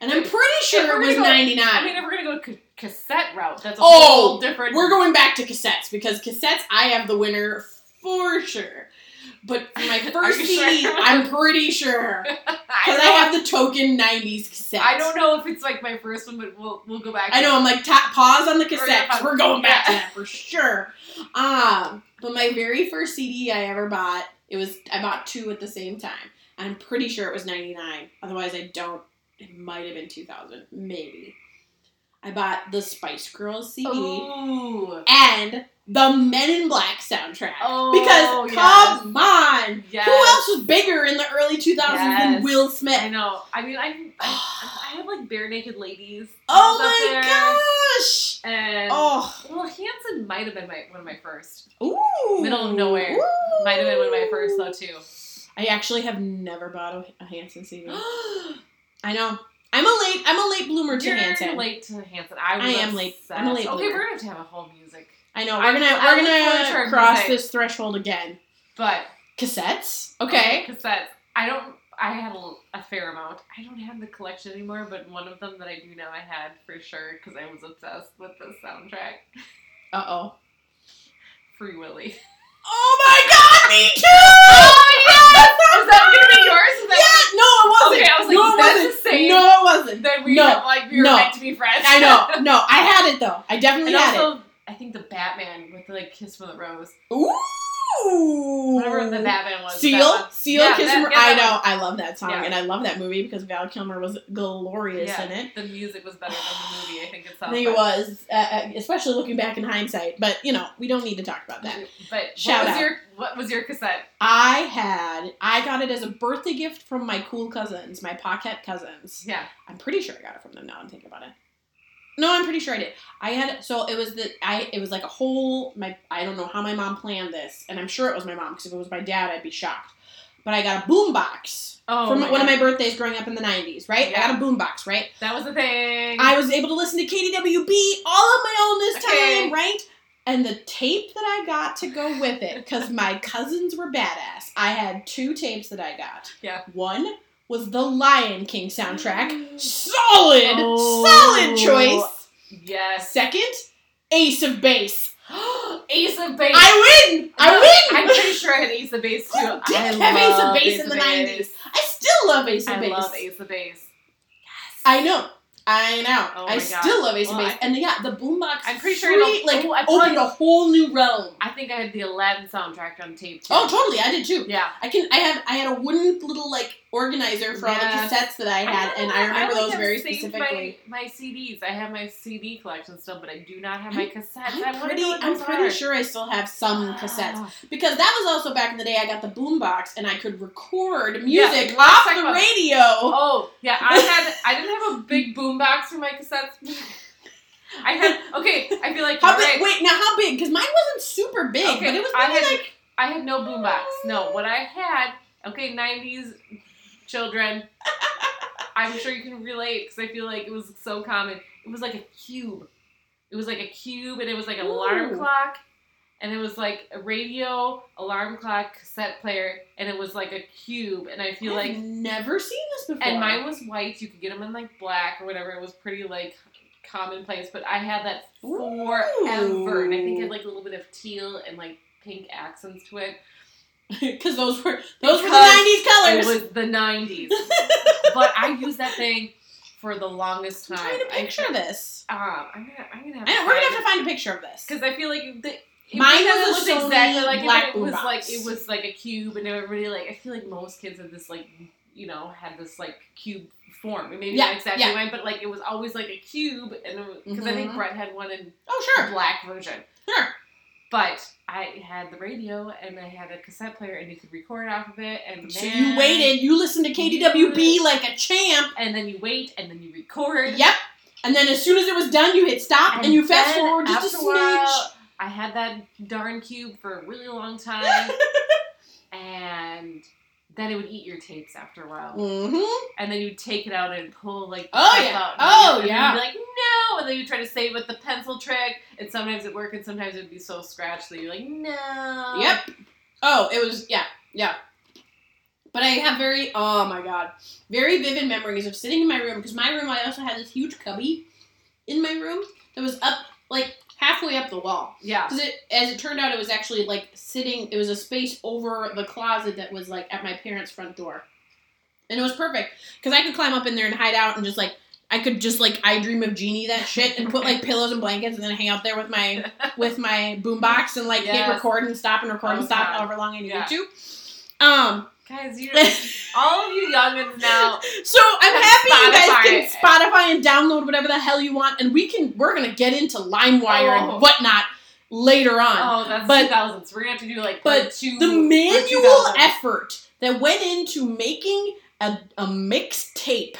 And I'm pretty sure we're it was gonna go- 99. I mean, if we're gonna go ca- cassette route, that's a Oh, whole different. We're going back to cassettes because cassettes, I have the winner for sure. But for my Are first you CD, sure? I'm pretty sure because Because I have the token 90s cassette. I don't know if it's like my first one, but we'll we'll go back. I to know. I'm like, ta- pause on the cassette. pause. We're going back to that for sure. Um, but my very first CD I ever bought, it was I bought two at the same time. I'm pretty sure it was 99. Otherwise, I don't. It might have been 2000, maybe. I bought the Spice Girls CD Oh. Ooh. and the Men in Black soundtrack. Oh, because yes. come on, Yes. who else was bigger in the early 2000s than Yes. Will I Smith? know. I mean, I, I, I had like bare naked ladies. Oh up my there. gosh! And Oh, well, Hanson might have been my one of my first. ooh, Middle of nowhere. Ooh. Might have been one of my first though too. I actually have never bought a, a Hanson CD. I know. I'm a late. I'm a late bloomer to You're Hanson. late to Hanson. I, was I am late. obsessed. I'm a late Okay, bloomer. we're gonna have to have a whole music, I know. I- We're gonna I we're look forward to gonna our cross music. this threshold again. but Cassettes. Okay. because that's I don't. I had a, a fair amount. I don't have the collection anymore, but one of them that I do now I had for sure because I was obsessed with the soundtrack. Uh oh. Free Willy. Is Oh my God! Me too. Oh that gonna be yours? Is that- Yeah. No, it wasn't. Okay, I was like, no, it that's wasn't. insane. No, it wasn't. That we No, have, like we were no. meant to be friends. I know. No, I had it though. I definitely and had also, I think the Batman with like Kiss from the Rose, it. Ooh. whatever the Batman was. that Seal, one. Seal, Yeah, Kiss that- Mer- yeah, I that know, I love that song, Yeah. and I love that movie because Val Kilmer was glorious Yeah. in it. The music was better than the movie. I think it's. I think it was, uh, uh, especially looking back in hindsight. But you know, we don't need to talk about Mm-hmm. that. But Shout what was out. your what was your cassette? I had, I got it as a birthday gift from my cool cousins, my Pocket cousins. Yeah. I'm pretty sure I got it from them now. I'm thinking about it. No, I'm pretty sure I did. I had so it was the I it was like a whole my I don't know how my mom planned this, and I'm sure it was my mom because if it was my dad, I'd be shocked. But I got a boombox Oh, from my one of my God. birthdays growing up in the 90s, right? I got a boombox, right? that was the thing. I was able to listen to KDWB all on my own this Okay. time, right? And the tape that I got to go with it, because my cousins were badass. I had two tapes that I got. Yeah. One was the Lion King soundtrack. Solid, solid choice. Oh. Yes. Second, Ace of Base. Ace of Base. I win! I win! I'm pretty sure I had Ace of Base too. Who I didn't have Ace of love Base in the 90s? I still love Ace of I Base. love Ace of Base. I know. I know. Oh I my God. still love Ace of Well, Base. I- and yeah, the boombox. I'm pretty sure I don't- free- like oh, I opened probably- a whole new realm. I think I had the Aladdin soundtrack on tape too. Oh, totally. I did too. yeah. I can. I had. I had a wooden little like organizer for all Yes. the cassettes that I had, don't and know. I remember like those have very saved specifically. My, my CDs. I have my CD collection still, but I do not have my I'm- cassettes. I I'm wanna pretty. know what I'm those pretty are. sure I still have some cassettes Ah. because that was also back in the day. I got the boombox and I could record Yeah, music let's off talk the about- radio. Oh yeah, I had. I didn't have a big boombox for my cassettes. I had. Okay, I feel like how you're big? right. Wait, now how big? Because mine wasn't super big, Okay, but it was I maybe had- like I had no boombox. No, what I had. Okay, nineties children. I'm sure you can relate because I feel like it was so common. It was like a cube. It was like a cube, and it was like an alarm Ooh. clock, and it was like a radio, alarm clock, cassette player, and it was like a cube. And I feel I've like, never seen this before. and mine was white. You could get them in like black or whatever. It was pretty like commonplace, but I had that forever, and I think it had like a little bit of teal and like pink accents to it. because those were those were the Because nineties colors. It was the 90s. but I used that thing for the longest I'm time. trying to picture I, this. Um, I'm gonna, I'm gonna have I know, we're gonna have to find a picture of this. because I feel like the, it Mine may not was have a looked Sony like it, black but it was boombox. like it was like a cube, and everybody like I feel like most kids had this like you know had this like cube form. Maybe Yeah, not exactly yeah. mine, but like it was always like a cube, and because I think Mhm. Brett had one in Oh a sure, black version. Sure. But I had the radio and I had a cassette player and you could record off of it and So man- you waited, you listened to KDWB like a champ. and then you wait, and then you record. Yep. And then as soon as it was done, you hit stop and, you fast then forward just a after while, smidge. I had that darn cube for a really long time, and then it would eat your tapes after a while, Mm-hmm. and then you'd take it out and pull like the Oh, tape yeah. out, and Oh, you'd- and yeah. you'd be like no, and then you try to save with the pencil trick, and sometimes it worked, and sometimes it'd be so scratched that you're like no. Yep. Oh, it was yeah, yeah. But I have very oh my god, very vivid memories of sitting in my room because my room I also had this huge cubby in my room that was up like halfway up the wall. Yeah. Because it, as it turned out, it was actually like sitting. It was a space over the closet that was like at my parents' front door, and it was perfect because I could climb up in there and hide out and just like I could just like I dream of genie that shit and put like pillows and blankets and then hang out there with my with my boombox and like hit Yes. record and stop and record and Oh, stop God. however long I needed Yeah. to. Um, Guys, you all of you youngins now. So I'm And happy you guys Spotify. can Spotify and download whatever the hell you want, and we can. We're gonna get into LimeWire Oh. and whatnot later on. Oh, that's But- two thousands. We're gonna have to do like but two, the manual 2000s. effort that went into making a, a mixtape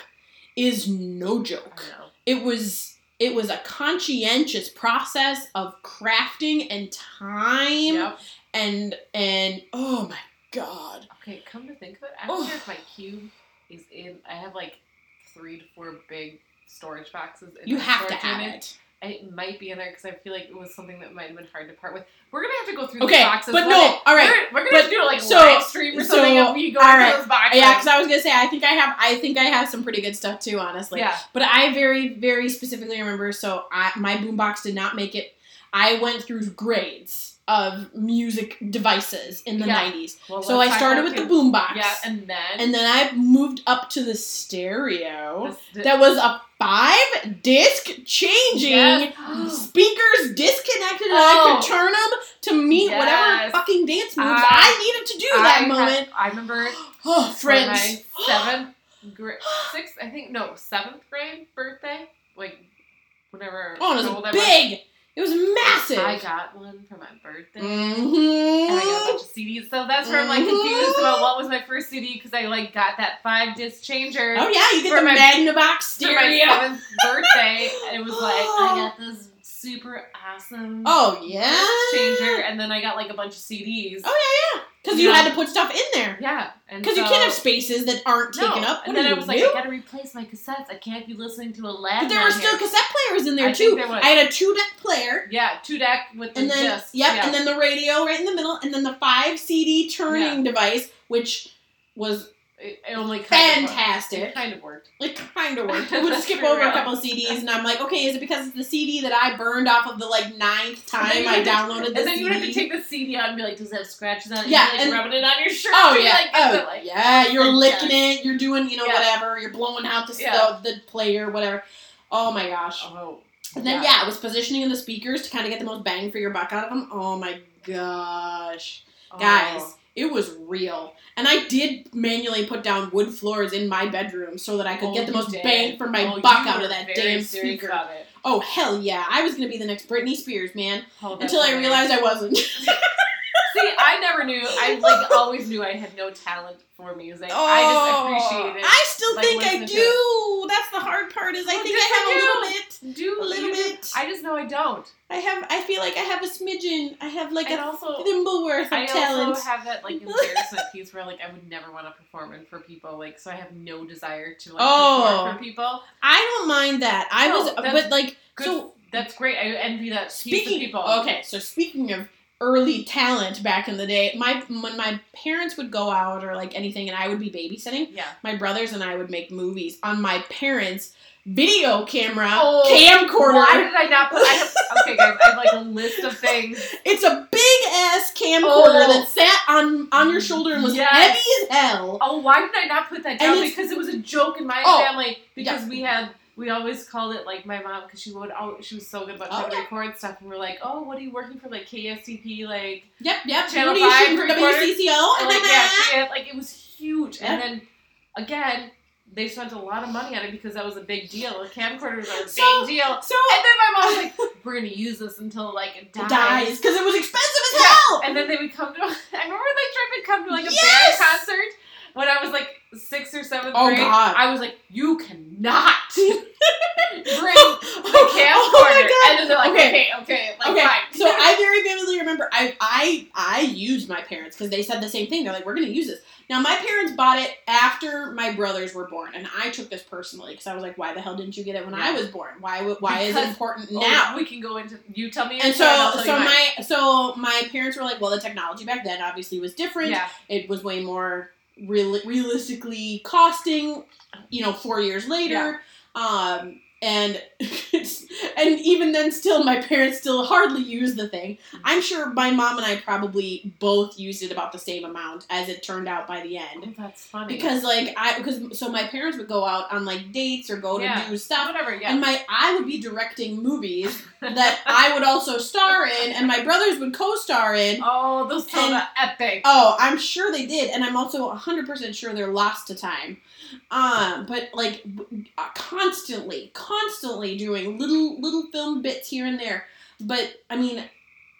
is no I joke. know. It was it was a conscientious process of crafting and time Yep. and and oh my god. Okay, come to think of it, I Oh. don't care if my cube is in. I have like three to four big storage boxes. In You my have to storage have unit. it. It might be in there because I feel like it was something that might have been hard to part with. We're gonna have to go through Okay, these boxes. but one no, day. all right, We're, we're but- gonna do like so- live stream or so, something, and we go all into right, those boxes. Yeah, because I was gonna say I think I have I think I have some pretty good stuff too, honestly. yeah. But I very, very specifically remember. So I, my boombox did not make it. I went through grades of music devices in the Yeah. '90s. Well, so I let's talk started about with the cubes. boombox, Yeah, and then and then I moved up to the stereo. this- That was a five disc changing. Yes. Speakers disconnected, and I Oh. could turn them to meet whatever Yes. fucking dance moves I, I- needed to do that I moment. Had, I remember oh, Friends. friends. seventh grade, sixth, I think, no, seventh grade birthday, like whenever. Oh, and it how old I was big. It was massive. I got one for my birthday. Mhm. And I got a bunch of CDs, so that's where Mm-hmm. I'm like confused about what was my first CD because I like got that five disc changer Oh yeah, you get For the my- Magnavox for my stereo. seventh birthday. And it was like I got this super awesome Oh yeah. disc changer, and then I got like a bunch of CDs. Oh yeah, yeah. Because you You know? had to put stuff in there. Yeah, and Because you so- can't have spaces that aren't No, taken up. What And are then I you was like, new? I gotta replace my cassettes. I can't be listening to but Aladdin. there on were still here. cassette players in there I too. think there was. I had a two deck player, Yeah, two deck with the and then disc. yep, yeah. and then the radio right in the middle, and then the five CD turning device, which was it, it only kind Of fantastic. worked. It kind of worked. It kind of worked. We would That's skip for over a real. couple of CDs, and I'm like, okay, is it because it's the CD that I burned off of the like ninth And then time you I had to- downloaded And the then CD? you would have to take the CD out and be like, does it have scratches on it? Yeah, and, you'd be, and- like rubbing it on your shirt. Oh and be yeah, like, is oh it, like, yeah. You're like licking dust? it. You're doing you know Yeah. whatever. You're blowing out the, Yeah. the the player, whatever. Oh my gosh. Oh. And then yeah, it was positioning of the speakers to kind of get the most bang for your buck out of them. Oh my gosh, Oh. guys, it was real. And I did manually put down wood floors in my bedroom so that I could Oh, get the you most did. bang for my Oh, buck you out were of that very damn serious speaker. about it. Oh hell yeah, I was gonna be the next Britney Spears man Oh, that's until I hilarious. realized I wasn't. See, I never knew. I like always knew I had no talent for music. I just appreciate it. Oh. I still like, think I listen to do. That's the hard part is I Well, think good I have a for little bit. do A little you do- bit. I just know I don't. I have. I feel like I have a smidgen. I have like and a also, thimble worth of I talent. also have that like embarrassment piece where like I would never want to perform in for people. Like, so I have no desire to like Oh. perform for people. I don't mind that. I No, was, that's but like Good. so. that's great. I envy that piece of Speaking people. okay, so speaking of early talent back in the day, my when my parents would go out or like anything, and I would be babysitting. Yeah. My brothers and I would make movies on my parents' video camera Oh, Why camcorder. did I not put? I have, okay, guys. I have like a list of things. It's a big ass camcorder Oh. that sat on on your shoulder and was Yes. heavy as hell. Oh, why did I not put that down? it's- Because it was a joke in my Oh, family. Because we had we always called it like my mom because she would always, she was so good about Oh, trying to yeah. record stuff and we're like, oh, what are you working for? Like KSTP, like Yep, yep. Channel what are you five shooting for recorder? WCCO? And, like yeah, she had, like it was huge. Yeah. And then again, they spent a lot of money on it because that was a big deal. The camcorders are a So- big deal. So And then my mom was like, "We're gonna use this until like it dies." it dies because it was expensive as Yeah. hell. And then they would come to. I remember they tried to come to like a Yes! band concert when I was like sixth or seventh Oh, grade. God. I was like, "You cannot bring." oh, The camcorder, my and then they're like, okay, okay, like, okay, fine. so I very vividly remember I I I used my parents because they said the same thing. They're like, we're gonna use this. Now my parents bought it after my brothers were born, and I took this personally because I was like, why the hell didn't you get it when I Yeah. was born? Why would- why is it Because- important Oh, now? we can go into you tell me, And so, yours, I'll tell you so mine. my so my parents were like, well, the technology back then obviously was different. yeah, It was way more real- realistically costing, you know, four years later. Um, and and even then, still, my parents still hardly use the thing. I'm sure my mom and I probably both used it about the same amount as it turned out by the end. Oh, that's funny. Because like I, because so my parents would go out on like dates or go to Yeah. do stuff, whatever, yeah. and my I would be directing movies that I would also star in, and my brothers would co-star in. oh, those And- sound epic. Oh, I'm sure they did, and I'm also 100% sure they're lost to time. Um, but like w- uh, constantly, constantly doing little little film bits here and there. But I mean,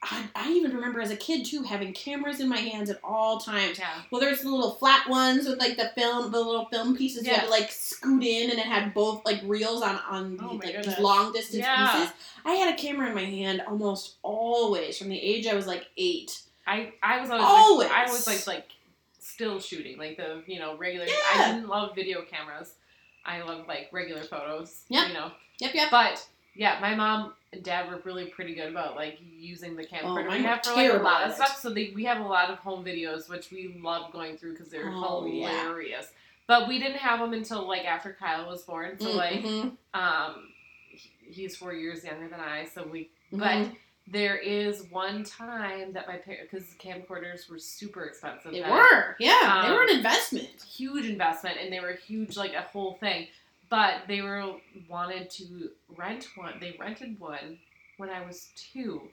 I, I even remember as a kid too having cameras in my hands at all times. yeah. Well, there's the little flat ones with like the film, the little film pieces you had to like scoot in, and it had both like reels on on Oh the, my like goodness. these long distance Yeah. pieces. I had a camera in my hand almost always from the age I was like eight. I I was always, Always. Like, I was like like still shooting like the you know regular. I Yeah. didn't love video cameras. I love like regular photos. Yep. You know, Yep, yep. but yeah, my mom and dad were really pretty good about like using the camcorder Oh, mine we were have for like a terrible lot of at it. stuff. So they, we have a lot of home videos which we love going through because they're Oh, yeah. hilarious. But we didn't have them until like after Kyle was born. So like Mhm, um, he- he's four years younger than I, so we but mhm. there is one time that my parents, because camcorders were super expensive. they then. were, yeah, Um, they were an investment. Huge investment, and they were huge, like a whole thing. But they were wanted to rent one. They rented one when I was two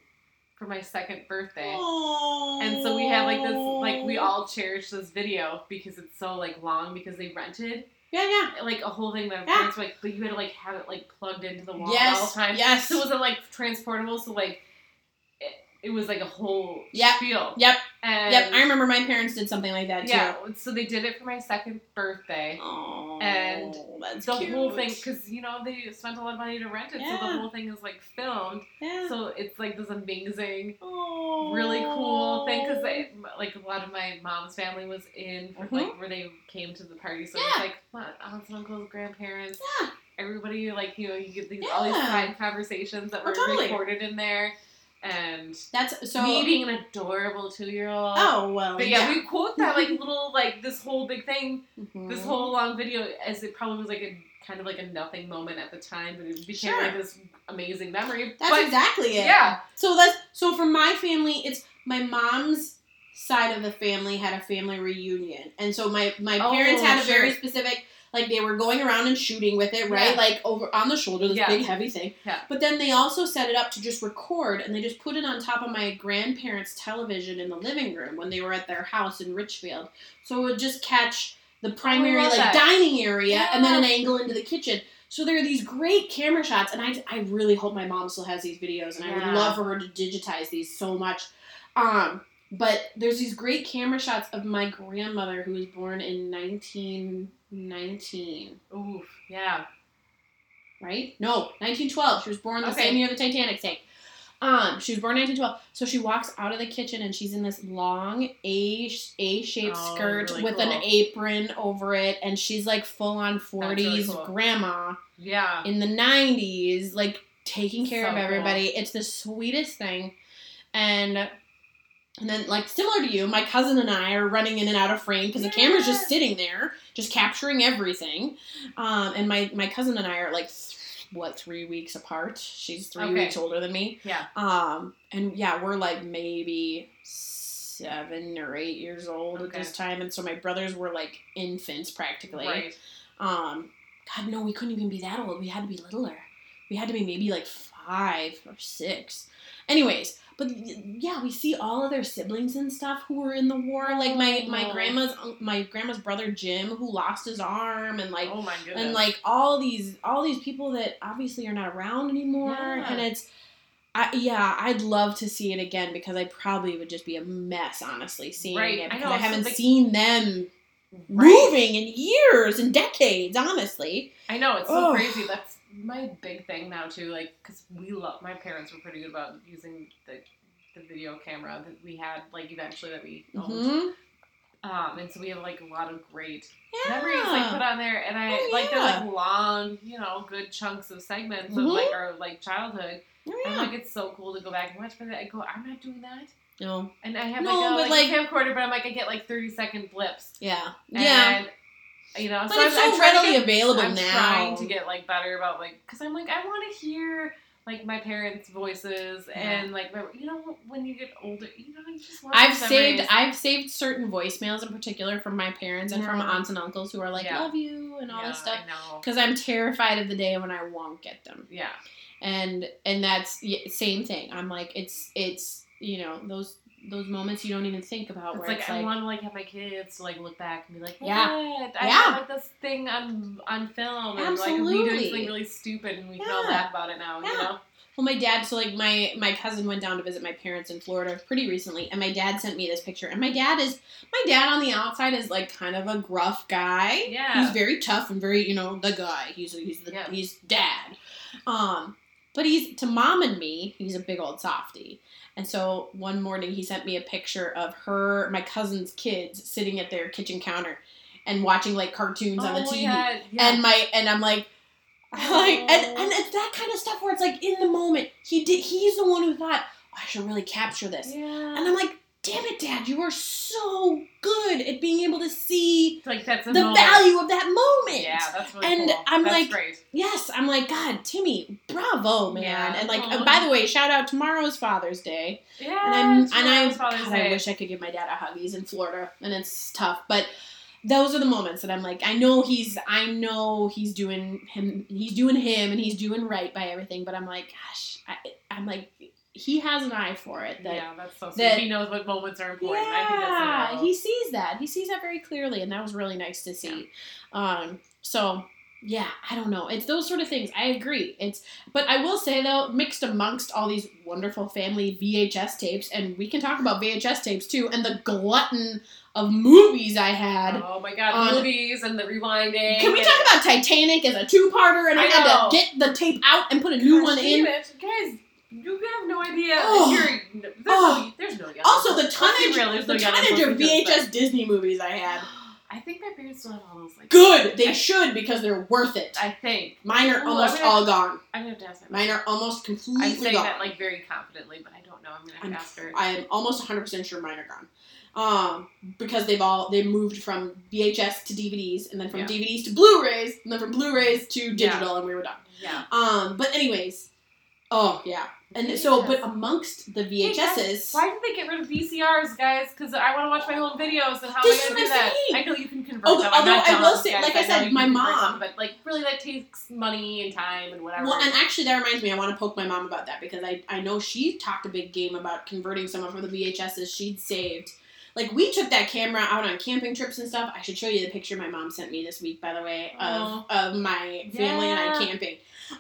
for my second birthday. And so we had like this, like we all cherish this video because it's so like long because they rented yeah, yeah, like a whole thing. My Yeah. parents were like, but you had to like have it like plugged into the wall yes, all the time. yes. So was it like transportable? So like it, it was like a whole Yep. spiel. Yep. And yep, I remember my parents did something like that too. Yeah. So they did it for my second birthday. Oh, And that's the cute. whole thing, because you know they spent a lot of money to rent it, so the Yeah. whole thing is like filmed. yeah. So it's like this amazing, Oh. really cool thing. Because like a lot of my mom's family was in, for, like where they came to the party. So it's Mm-hmm. Yeah. like my aunts and uncles, grandparents, Yeah. everybody. Like you know, you get these all these Yeah. side conversations that Oh, were totally. recorded in there, and that's so. me being an adorable two year old. oh well, But yeah, we quote that like little like this whole big thing, Mhm. this whole long video, as it probably was like a kind of like a nothing moment at the time, but it became Sure. like this amazing memory. That's but, exactly it. Yeah, So that's so for my family, it's my mom's side of the family had a family reunion, and so my my Oh, parents had a sure. very specific like they were going around and shooting with it, right? Yeah. Like over on the shoulder, this Yeah. big heavy thing. Yeah. But then they also set it up to just record, and they just put it on top of my grandparents' television in the living room when they were at their house in Richfield, so it would just catch the primary Oh, love like that. dining area and then an Yeah. angle into the kitchen. So there are these great camera shots, and I, I really hope my mom still has these videos, and I Yeah. would love for her to digitize these so much. Um, but there's these great camera shots of my grandmother who was born in 1919, oof, yeah, right? No, 1912. She was born the Okay. same year the Titanic sank. Um, she was born 1912. So she walks out of the kitchen and she's in this long A A shaped Oh, skirt really with cool. an apron over it, and she's like full on 40s cool. grandma yeah. in the 90s like taking care So of everybody it's the sweetest thing and and then like similar to you my cousin and i are running in and out of frame because the camera's just Yes. sitting there just capturing everything um, and my my cousin and i are like th- what three weeks apart she's three Okay. weeks older than me Yeah. um and yeah we're like maybe seven or eight years old Okay. at this time and so my brothers were like infants practically Right. um, God, no, we couldn't even be that old. We had to be littler. We had to be maybe like five or six. Anyways, but yeah, we see all of their siblings and stuff who were in the war. Like my my Oh. grandma's my grandma's brother Jim who lost his arm and like oh my goodness. and like all these all these people that obviously are not around anymore Yeah. and it's I, yeah, I'd love to see it again because I probably would just be a mess, honestly, seeing Right, I it because know, I, so haven't like- seen them Right. moving in years and decades, honestly. I know it's so Oh. crazy. That's my big thing now too. Like, cause we love. My parents were pretty good about using the the video camera that we had. Like, eventually that we owned. Mhm. Um, and so we have like a lot of great Yeah. memories like put on there, and I Oh, like they're yeah. like long, you know, good chunks of segments of Mhm. like our like childhood. Oh, And yeah. like it's so cool to go back and watch, but I go, I'm not doing that. no. And I have No, like, a, but, like, camcorder, but I'm like I get like 30 second blips. Yeah. And, yeah. You know, But so it's so I'm, I'm trying to readily get- available I'm now. trying to get like better about like because I'm like I want to hear like my parents' voices and like my, you know when you get older, you know you just want I've those saved memories. I've saved certain voicemails in particular from my parents and from Yeah. aunts and uncles who are like Yeah. love you and all yeah, this stuff I know. because I'm terrified of the day when I won't get them Yeah. and and that's y- same thing. I'm like it's it's you know those those moments you don't even think about It's where like, it's I like want to like have my kids to like look back and be like, Yeah. "What? I Yeah. yeah. like this thing on on film, and like we do Absolutely. something really stupid, and we can all Yeah. laugh about it now. You Yeah. know? Well, my dad. So like my my cousin went down to visit my parents in Florida pretty recently, and my dad sent me this picture. And my dad is my dad on the outside is like kind of a gruff guy. Yeah. He's very tough and very you know the guy. He's he's the, Yeah. he's dad. Um, but he's to mom and me. He's a big old softy. And so one morning he sent me a picture of her, my cousin's kids, sitting at their kitchen counter and watching like cartoons on the Oh, TV yeah, yeah. and my and I'm like, like and and it's that kind of stuff where it's like in the moment he did he's the one who thought "Oh, I should really capture this, yeah. and I'm like, damn it, Dad, you are so good at being able to see It's like that's a the moment. value of that moment. Yeah, that's really And cool. I'm That's like- great. Yes, I'm like, God, Timmy, bravo, man, Yeah. and like, Aw. by the way, shout out tomorrow's Father's Day. yeah, And I'm it's and really I, nice Father's God, Day. I wish I could give my dad a hug. He's in Florida and it's tough, but those are the moments that I'm like, I know he's I know he's doing him he's doing him and he's doing right by everything, but I'm like, gosh, I, I'm like he has an eye for it that yeah, that's so sweet. that- he knows what moments are important. I think that's yeah, adorable. he sees that. He sees that very clearly, and that was really nice to see. Um, so yeah, I don't know. It's those sort of things. I agree. It's but I will say though, mixed amongst all these wonderful family VHS tapes, and we can talk about VHS tapes too, and the glutton of movies I had. Oh my god, on- movies and the rewinding. Can we and- talk about Titanic as a two-parter, and I, I had know. to get the tape out and put a new Gosh, one can in? you imagine- Guys, you have no idea. Oh. You're- there's, Oh. no, there's no young Also, the adults. Let's be tonnage, real, there's the no young tonnage of adults because VHS Disney movies I had. I think my parents still have all those. Like, Good, they should because they're worth it. I think Mine are Ooh, almost I'm gonna- all gone. I'm gonna have to ask my Mine mom. are almost I'm completely saying gone. that like very confidently, but I don't know. I'm gonna have I'm- to ask her. I am almost 100% sure mine are gone. Um, because they've all they moved from VHS to DVDs and then from Yeah. DVDs to Blu-rays and then from Blu-rays to digital and we were done. yeah. Um, but anyways, oh yeah. And so but VHS. amongst the Hey, guys, VHSs Why did they get rid of VCRs, guys? Because I want to watch my home videos, and how am This I is gonna what do I'm saying. that? I know you can convert Oh, them. but- I'm not although I will dumb, say, guys. like I know said, you can my convert them, mom- but like really, that takes money and time and whatever. well, and actually, that reminds me. I want to poke my mom about that because I, I know she talked a big game about converting someone from the VHSs she'd saved. Like we took that camera out on camping trips and stuff. I should show you the picture my mom sent me this week, by the way, of, of my family and I Oh. Yeah. camping.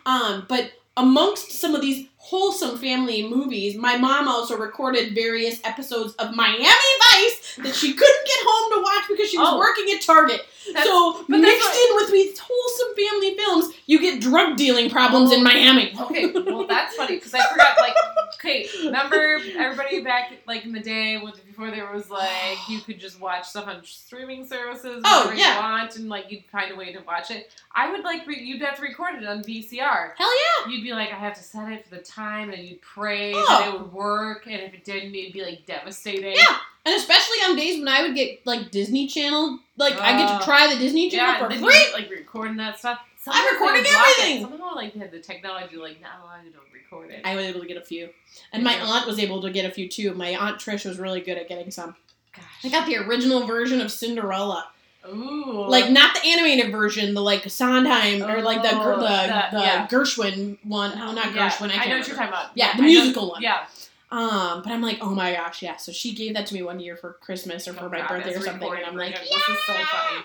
Um, but amongst some of these wholesome family movies, my mom also recorded various episodes of Miami Vice that she couldn't get home to watch because she was Oh. working at Target That's- so but that's mixed what- in with these wholesome family films, you get drug dealing problems in Miami. Oh, Okay, well that's funny because I forgot. Like, okay, remember everybody back like in the day with before there was like you could just watch stuff on streaming services Oh, whenever yeah. you want, and like you'd find a way to watch it. I would like re- you'd have to record it on VCR. Hell yeah! You'd be like, I have to set it for the time, and you'd pray Oh. that it would work, and if it didn't, it'd be like devastating. Yeah, And especially on days when I would get like Disney Channel, like I get to Uh, try the Disney Channel yeah. for and then free. you'd, like recording that stuff. I'm Somehow they recording would block it. everything. Somehow, like they had the technology, like not allowing you to record it. I was able to get a few, and my Yeah. aunt was able to get a few too. My aunt Trish was really good at getting some. Gosh. I got the original version of Cinderella, Ooh. like not the animated version, the like Sondheim or like the Oh, the, that- the yeah. Gershwin one. Oh, not Yeah, Gershwin. I, can't know what remember. you're talking about. Yeah, the I know- musical one. Yeah. Um, but I'm like, oh my gosh, yeah. So she gave that to me one year for Christmas or for Oh my God, birthday or that's something, and recorded I'm like, version. yeah. This is so funny.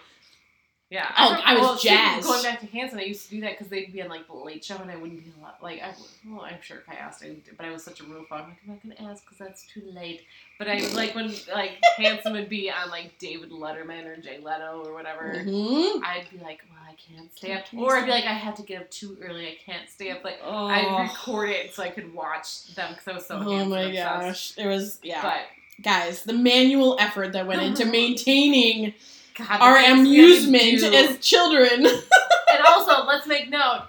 Yeah. Oh, rem- I was well, speaking of jazzed. Going back to Hanson, I used to do that because they'd be on like the late show, and I wouldn't be allowed. Like, I, well, I'm sure if I asked, I would, do- but I was such a rule follower. I'm like, I'm not gonna ask because that's too late. But I like when like Hanson would be on like David Letterman or Jay Leno or whatever. Mhm. I'd be like, well, I can't stay Can't up, stay or I'd be up. like, I have to get up too early. I can't stay up. Like, Oh, I'd record it so I could watch them because I was so. oh Hanson my obsessed. gosh, it was yeah, But guys. The manual effort that went into maintaining God, our the things we had to amusement do. as children. and also, let's make note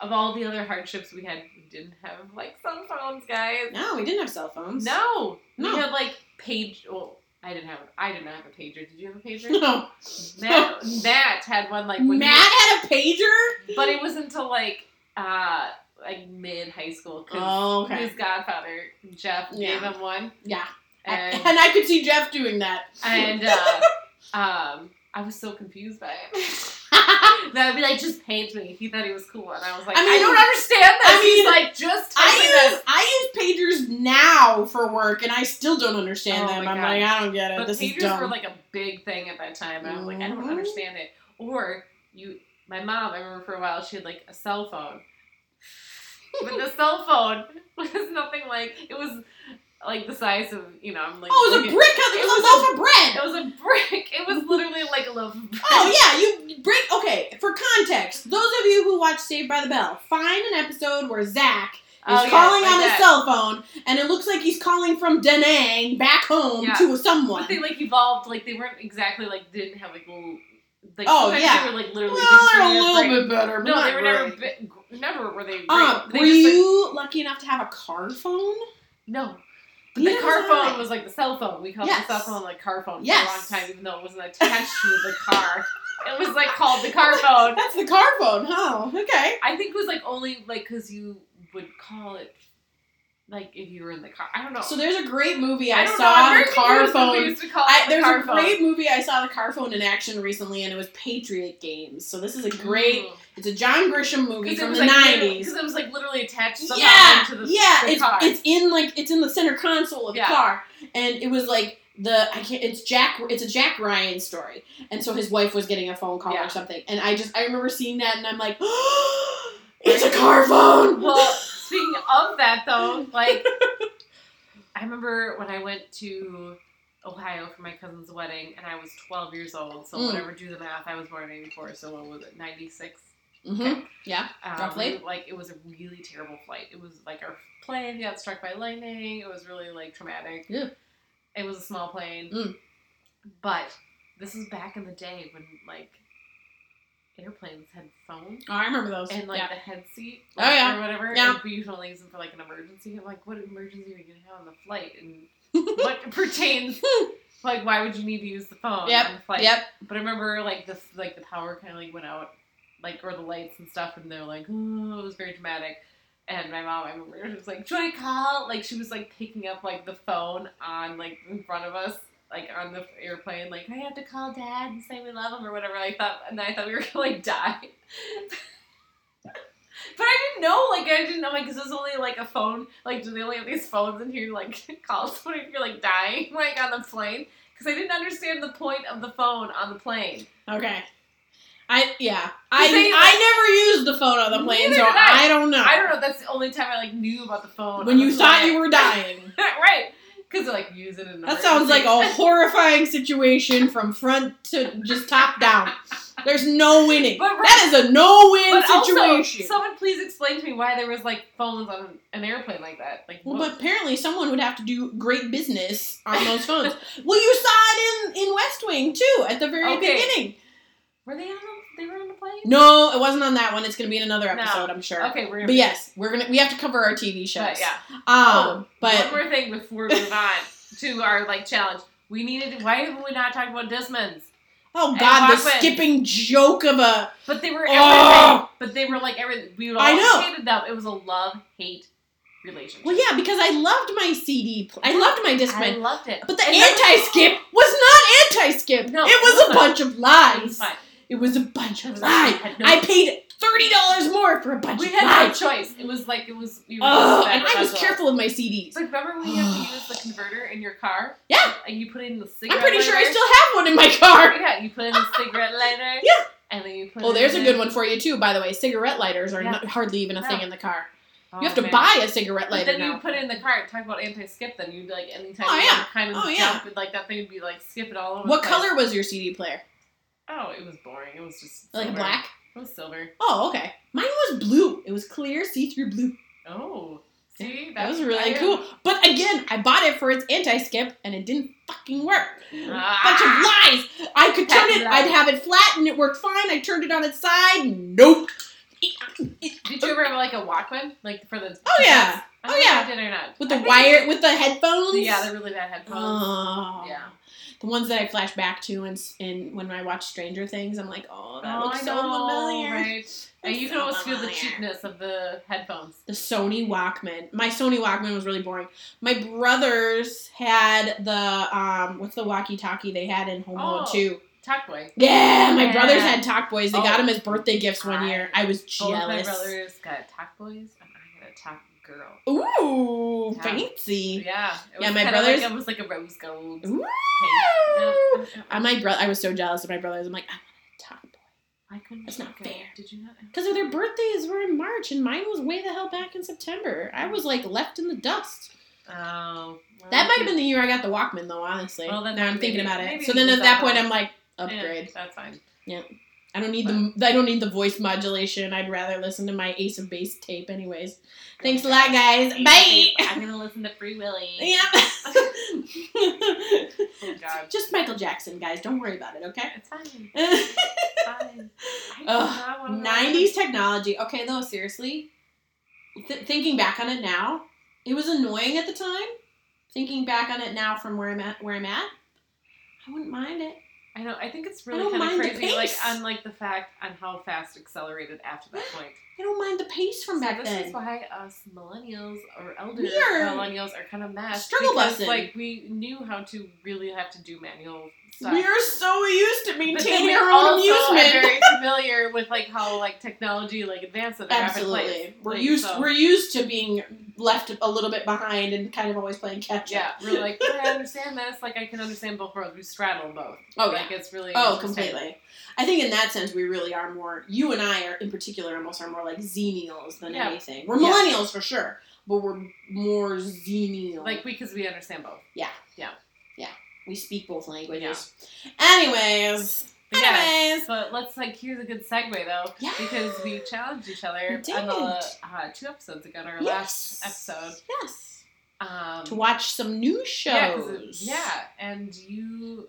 of all the other hardships we had. We didn't have like cell phones, guys. No, we didn't have cell phones. No, No. we had like page. Well, I didn't have. I did not have a pager. Did you have a pager? no. Matt, Matt had one like when he- Matt had a pager. but it was until like uh like mid high school because Oh, okay. his godfather Jeff gave Yeah. him one, Yeah. and and I could see Jeff doing that. and uh, um, I was so confused by it. I That would be like, just paint me. He thought he was cool, and I was like, I, I mean- don't understand this. I He's mean, like, just type me this. use I use pagers now for work, and I still don't understand Oh them. my I'm God. like, I don't get it. But this is pagers dumb. were like a big thing at that time, and I was like, I don't Mhm. understand it. Or you, my mom. I remember for a while she had like a cell phone, but the cell phone was nothing like it was like the size of you know I'm like oh, it was a looking- brick. It It was, was a loaf of bread. It was a brick. It was literally like a loaf of bread. Oh yeah, you break. Okay, for context, those of you who watch Saved by the Bell, find an episode where Zach is Oh, yeah, calling like on his that. cell phone, and it looks like he's calling from Da Nang back home Yeah. to someone. But they like evolved. Like they weren't exactly like didn't have like little. Like, Oh, sometimes yeah. They were like literally. Well, just they're a doing little brick. bit better. But No, not they were really. never. Bi- gr- never were they. Um, great. were they just, like- you lucky enough to have a car phone? no. But Neither the car was I. phone was like the cell phone. We called Yes. the cell phone like car phone Yes. for a long time, even though it wasn't attached to the car. It was like called the car phone. That's the car phone, huh? Okay. I think it was like only like because you would call it like if you were in the car. I don't know. So there's a great movie I, I don't know. saw I'm the very car confused if we phone. used to call I, it the there's car a phone. great movie I saw the car phone in action recently, and it was Patriot Games. So this is a great. Mm. It's a John Grisham movie Because it from was the like nineties. Because it was like literally attached somehow Yeah, into the, yeah. the it's car. it's in like it's in the center console of the Yeah. car, and it was like the I can't. It's Jack. It's a Jack Ryan story, and so his wife was getting a phone call Yeah. or something, and I just I remember seeing that, and I'm like, it's a car phone. well, speaking of that though, like I remember when I went to Ohio for my cousin's wedding, and I was 12 years old. So Mm. whatever, do the math. I was born in '84, so what was it? '96. Mhm. Yeah. Um, Roughly. Like it was a really terrible flight. It was like our plane got struck by lightning. It was really like traumatic. Yeah. It was a small plane. Mm. But this is back in the day when like airplanes had phones Oh, I remember those. and like yeah. the head seat. Oh, like, yeah. Or whatever. Yeah. And we usually use them for like an emergency. I'm like, what emergency are you gonna have on the flight? And what pertains? Like, why would you need to use the phone Yep, on the flight? Yep. But I remember like the like the power kind of like went out, like or the lights and stuff, and they're like, oh, it was very dramatic. And my mom, I remember, she was like, "Joy, call!" Like she was like picking up like the phone on like in front of us, like on the airplane, like I have to call dad and say we love him or whatever. I thought, and I thought we were gonna like die. But I didn't know, like I didn't know, like 'cause this is only like a phone. Like, do they only have these phones in here? to, Like, call someone if you're like dying, like on the plane. Because I didn't understand the point of the phone on the plane. Okay. I yeah. I they- I never used the phone on the plane, Neither so did I. I don't know. I don't know. That's the only time I like knew about the phone. When you thought you were dying. right? Because like using it. That sounds like a horrifying situation from front to just top down. There's no winning. But That is a no-win But also, situation. someone please explain to me why there was like phones on an airplane like that. Like, well, what- but apparently someone would have to do great business on those phones. well, you saw it in in West Wing too at the very Okay. beginning. were they on? A, they were on a plane. No, it wasn't on that one. It's going to be in another No. episode, I'm sure. Okay, we're gonna. But yes, we're gonna we have to cover our TV shows. but, yeah. Um, Oh, but one more thing before we move on to our like challenge. We needed. Why have we not talked about Dismans? Oh And God, the Walkman. skipping joke of a. But they were everything. Oh! But they were like everything. We all I know. hated them. It was a love hate relationship. Well, yeah, because I loved my CD. Pl- I loved my I Discman, loved it. but the And that- anti-skip was not anti-skip. No, it was it a wasn't. bunch of It was lies. fine. It was a bunch It of was lies. fine. Had no- I paid thirty dollars more for a bunch we of had no lies. choice. It was like it was. We were Oh, just and that I was special. careful with my CDs. But remember when you had to use the converter in your car? Yeah. And you put in the cigarette. I'm pretty sure I lighter? still have one in my car. Yeah, you put in the cigarette lighter. Yeah. And then you put. Oh, in there's the- a good one for you too. By the way, cigarette lighters are Yeah. not, hardly even a thing No. in the car. Oh, you have to man. buy a cigarette But lighter then now. you put it in the cart. Talk about anti-skip. Then you'd like anytime Oh, you yeah. like, kind of Oh, jump, yeah. and, like that thing would be like skip it all over. what the place. color was your CD player? Oh, it was boring. It was just Like silver. black. It was silver. Oh, okay. Mine was blue. It was clear, see-through blue. Oh, see, That was that's- I really am- cool. But again, I bought it for its anti-skip, and it didn't fucking work. Bunch of Ah. lies. I could turn Patent it. lies. I'd have it flat, and it worked fine. I turned it on its side. Nope. Did you ever have like a Walkman, like for the? Oh, yeah. I Oh, don't know if yeah. I did or not With the I think- wire, with the headphones. Yeah, they're really bad headphones. Oh. Yeah. the ones that I flash back to and and when I watch Stranger Things, I'm like, oh, that looks I so know, familiar. Right? And It's you can so almost feel the familiar. cheapness of the headphones. The Sony Walkman. My Sony Walkman was really boring. My brothers had the um, what's the walkie-talkie they had in Home Alone Oh. Two? Talk boy. Yeah, my Yeah. brothers had Talk Boys. They got Oh. them as birthday gifts one year. I was Both my jealous. brothers got talk boys, and I got a talk girl. Ooh, Yeah. fancy. Yeah. It Yeah, was my kinda brothers- Like, it was like a rose gold. Ooh. pink. Yeah. I my brother, I was so jealous of my brothers. I'm like, I want a Talk Boy I couldn't. That's not think of- fair. Did you not? know? because their birthdays were in March and mine was way the hell back in September. I was like left in the dust. Oh. well, That might have been the year I got the Walkman though. Honestly, Well, then now I'm maybe- thinking about it. maybe So it then was at that that point, one. I'm like, yeah, upgrade. that's fine. I don't need the I don't need the voice modulation. I'd rather listen to my Ace of Base tape, anyways. Thanks a lot, guys. Bye. I'm gonna listen to Free Willy. Yeah. Oh God. Just Michael Jackson, guys. Don't worry about it, okay? It's fine. It's fine. I do Ugh, not wanna- 90s technology. Okay, though, seriously, th- thinking back on it now, it was annoying at the time. Thinking back on it now from where I'm at, where I'm at, I wouldn't mind it. I know. I think it's I don't really kind mind of the crazy, like pace. on like the fact on how fast accelerated after that point. I don't mind the pace from so back this then. is why us millennials or elder We are millennials are kind of messed. struggle because, bussing. Like we knew how to really have to do manual stuff. We're so used to but then maintaining we our also own amusement. are very familiar with like how like technology like advances at a rapid place. Absolutely, we're Like, used so- we're used to being left a little bit behind and kind of always playing catch up. yeah, we're like, "Yeah, I understand this. Like, I can understand both worlds. We straddle both. Oh, like, it's really Oh, interesting. completely. I think in that sense, we really are more. You and I are, in particular, almost are more like zenials than Yeah. anything. We're Yeah. millennials for sure, but we're more zenial. Like, because we understand both. we speak both languages. Anyways, But yeah, anyways, But let's like here's a good segue though, yeah, because we challenged each other We on the did. uh, two episodes ago, our last Yes. episode. yes, Um, to watch some new shows. yeah, 'cause it- yeah, and you.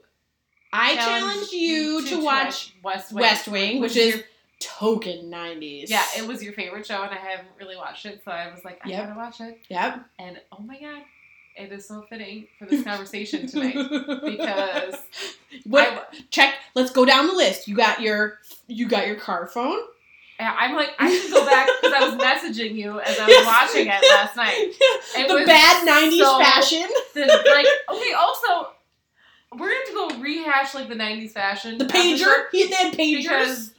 I challenged you to watch West Wing, West Wing, which your, is token nineties. yeah, it was your favorite show, and I haven't really watched it, so I was like, I Yep. gotta watch it. yep. And oh my god, it is so fitting for this conversation tonight because what I, check let's go down the list you got your you got your car phone I'm like I should go back because I was messaging you as I was Yes. watching it last night. It the was bad 90s so fashion the, like okay also we're going to go rehash like the 90s fashion the episode, pager he, they had pagers because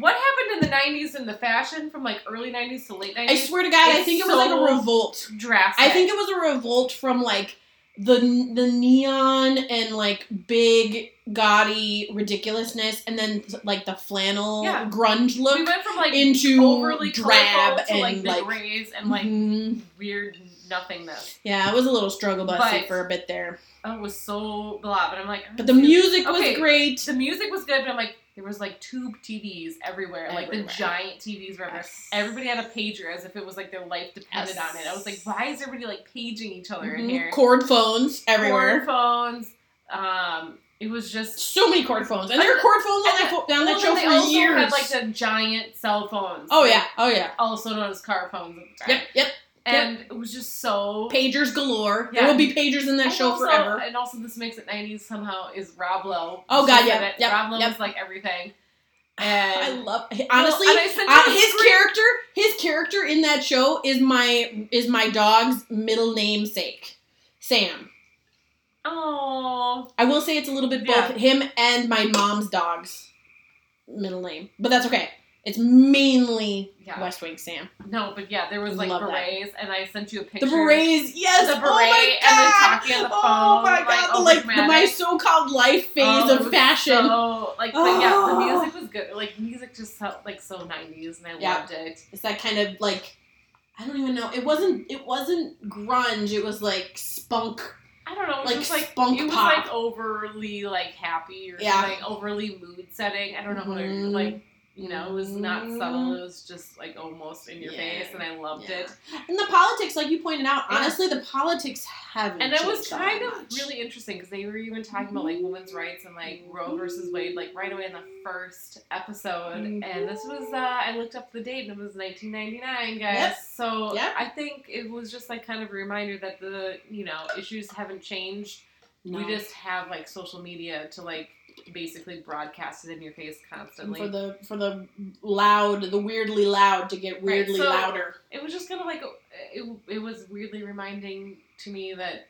what happened in the 90s in the fashion from like early 90s to late 90s i swear to god i it's think it was like a so- revolt drastic i think it was a revolt from like the the neon and like big gaudy ridiculousness and then like the flannel Yeah. grunge look we went from like into overly drab colorful to and, like the like- grays and like Mhm. weird nothingness yeah it was a little struggle busted But- for a bit there oh, it was so blah but i'm like but the music was Okay. great the music was good but i'm like there was like tube tvs everywhere, like the Everywhere. giant tvs were everywhere Yes. Everybody had a pager as if it was like their life depended Yes. on it. I was like, why is everybody like paging each other in Mhm. here? cord phones everywhere Cord phones. Um, it was just. so many cord phones, and there were cord phones on And that, fo- on that Well, show then they for also years. had like the giant cell phones. oh like, yeah, oh yeah, Also known as car phones at the time. yep, yep. And it was just so. Pagers galore. Yeah. There will be pagers in that And show also- forever. And also, this makes it 90s somehow is Rob Lowe. Oh, You God, said yeah, it. yep, Rob Lowe yep. is like everything. I And love honestly. Well, and I sent uh, you a his screen- character, his character in that show is my is my dog's middle namesake, Sam. Oh, I will say it's a little bit both Yeah. him and my mom's dog's middle name, but that's okay. It's mainly yeah. West Wing Sam. No, but yeah, there was like Love that. berets, and I sent you a The picture. berets, yes, The oh beret my and then God. talking on the phone. Oh my god, the like the, my overdramatic. so called life phase Oh, it of was fashion. So like, but yeah, the Oh. music was good. Like music just felt like so nineties, and I Yeah. loved it. it's that kind of like I don't even know. It wasn't it wasn't grunge, it was like spunk. I don't know, it was Like just like spunk it was pop. like overly like happy or Yeah. something, overly mood setting. I don't know, what Mhm. it like you know, it was not Mhm. subtle. It was just like almost in your Yeah. face, and I loved Yeah. it. And the politics, like you pointed out, Yeah. honestly the politics haven't And that was changed all kind of that much. really interesting because they were even talking about like women's rights and like Roe versus Wade, like right away in the first episode. Mm-hmm. And this was, uh, I looked up the date and it was 1999, guys. Yep. So Yep. I think it was just like kind of a reminder that the, you know, issues haven't changed No. We just have like social media to like basically broadcast it in your face And constantly. for the for the loud, the weirdly loud to get weirdly so- louder. it was just kind of like uh, it, it was weirdly reminding to me that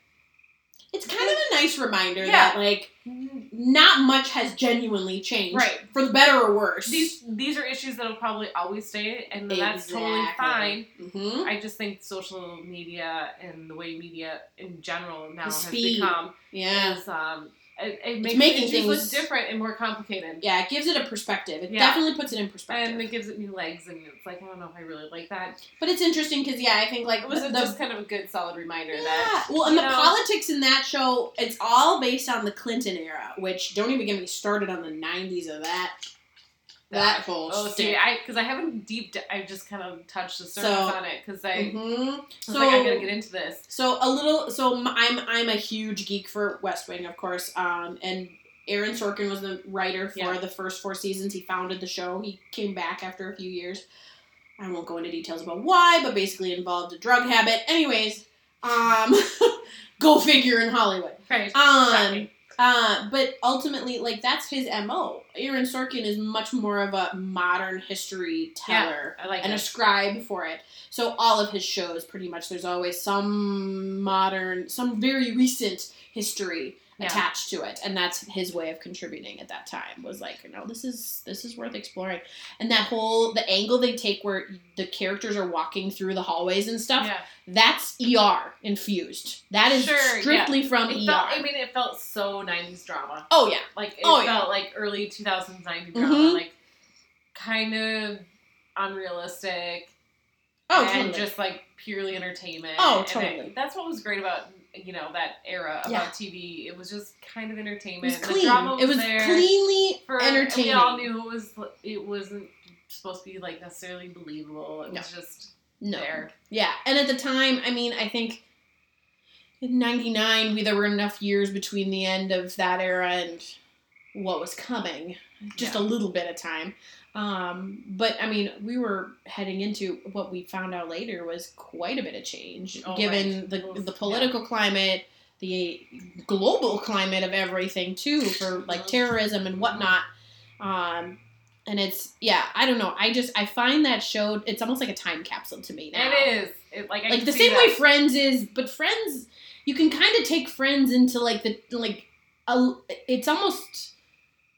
It's kind of a nice reminder Yeah. that like not much has genuinely changed, Right. For the better or worse. these these are issues that'll probably always stay and that's totally fine. hmm I just think social media and the way media in general now has speed. become Yeah. is um it, it makes making issues look things- different and more complicated. Yeah, it gives it a perspective. It Yeah. definitely puts it in perspective. And it gives it new legs, and it's like I don't know if I really like that. but it's interesting because yeah, I think like It was the, a- the- just kind of a good, solid reminder yeah. that well, and you the know- politics in that show, it's all based on the Clinton era, which don't even get me started on the '90s of that. That whole Oh, see, shit. I because I haven't deep. di- I've just kind of touched the surface So- on it because I, I was hmm So like, I gotta get into this. So a little. So m- I'm I'm a huge geek for West Wing, of course. Um, and Aaron Sorkin was the writer for Yeah. the first four seasons. He founded the show. He came back after a few years. I won't go into details about why, but basically involved a drug habit. Anyways, um, go figure in Hollywood. Right. Um, Shocking. uh, but ultimately, like that's his mo. Aaron Sorkin is much more of a modern history teller I like and a it. scribe for it. So all of his shows, pretty much, there's always some modern, some very recent history Yeah. attached to it, and that's his way of contributing at that time. Was like, you know, this is this is worth exploring, and that whole the angle they take where the characters are walking through the hallways and stuff. Yeah. That's ER infused. That is Sure, yeah. strictly from It ER. felt, I mean, it felt so '90s drama. oh yeah, Like it Oh, felt yeah. like early 2000s '90s drama. Mhm. Like kind of unrealistic. oh and totally. just like purely entertainment. Oh, And it- totally. that's what was great about you know that era about Yeah. TV. It was just kind of it entertainment. was The clean. drama was it was there cleanly for and entertaining. We all knew it was it wasn't supposed to be like necessarily believable. It No. was just no, there. Yeah, and at the time, I mean, I think in '99 we there were enough years between the end of that era and what was coming, just Yeah. a little bit of time. Um, but I mean, we were heading into what we found out later was quite a bit of change, Oh, given right. the Oof, the political climate, the global climate of everything too, for like Mhm. terrorism and whatnot. Um, and it's yeah, I don't know. I just I find that show it's almost like a time capsule to me now It is it, like I like can the see same way that. Friends is, but Friends, you can kind of take Friends into like the like, a, it's almost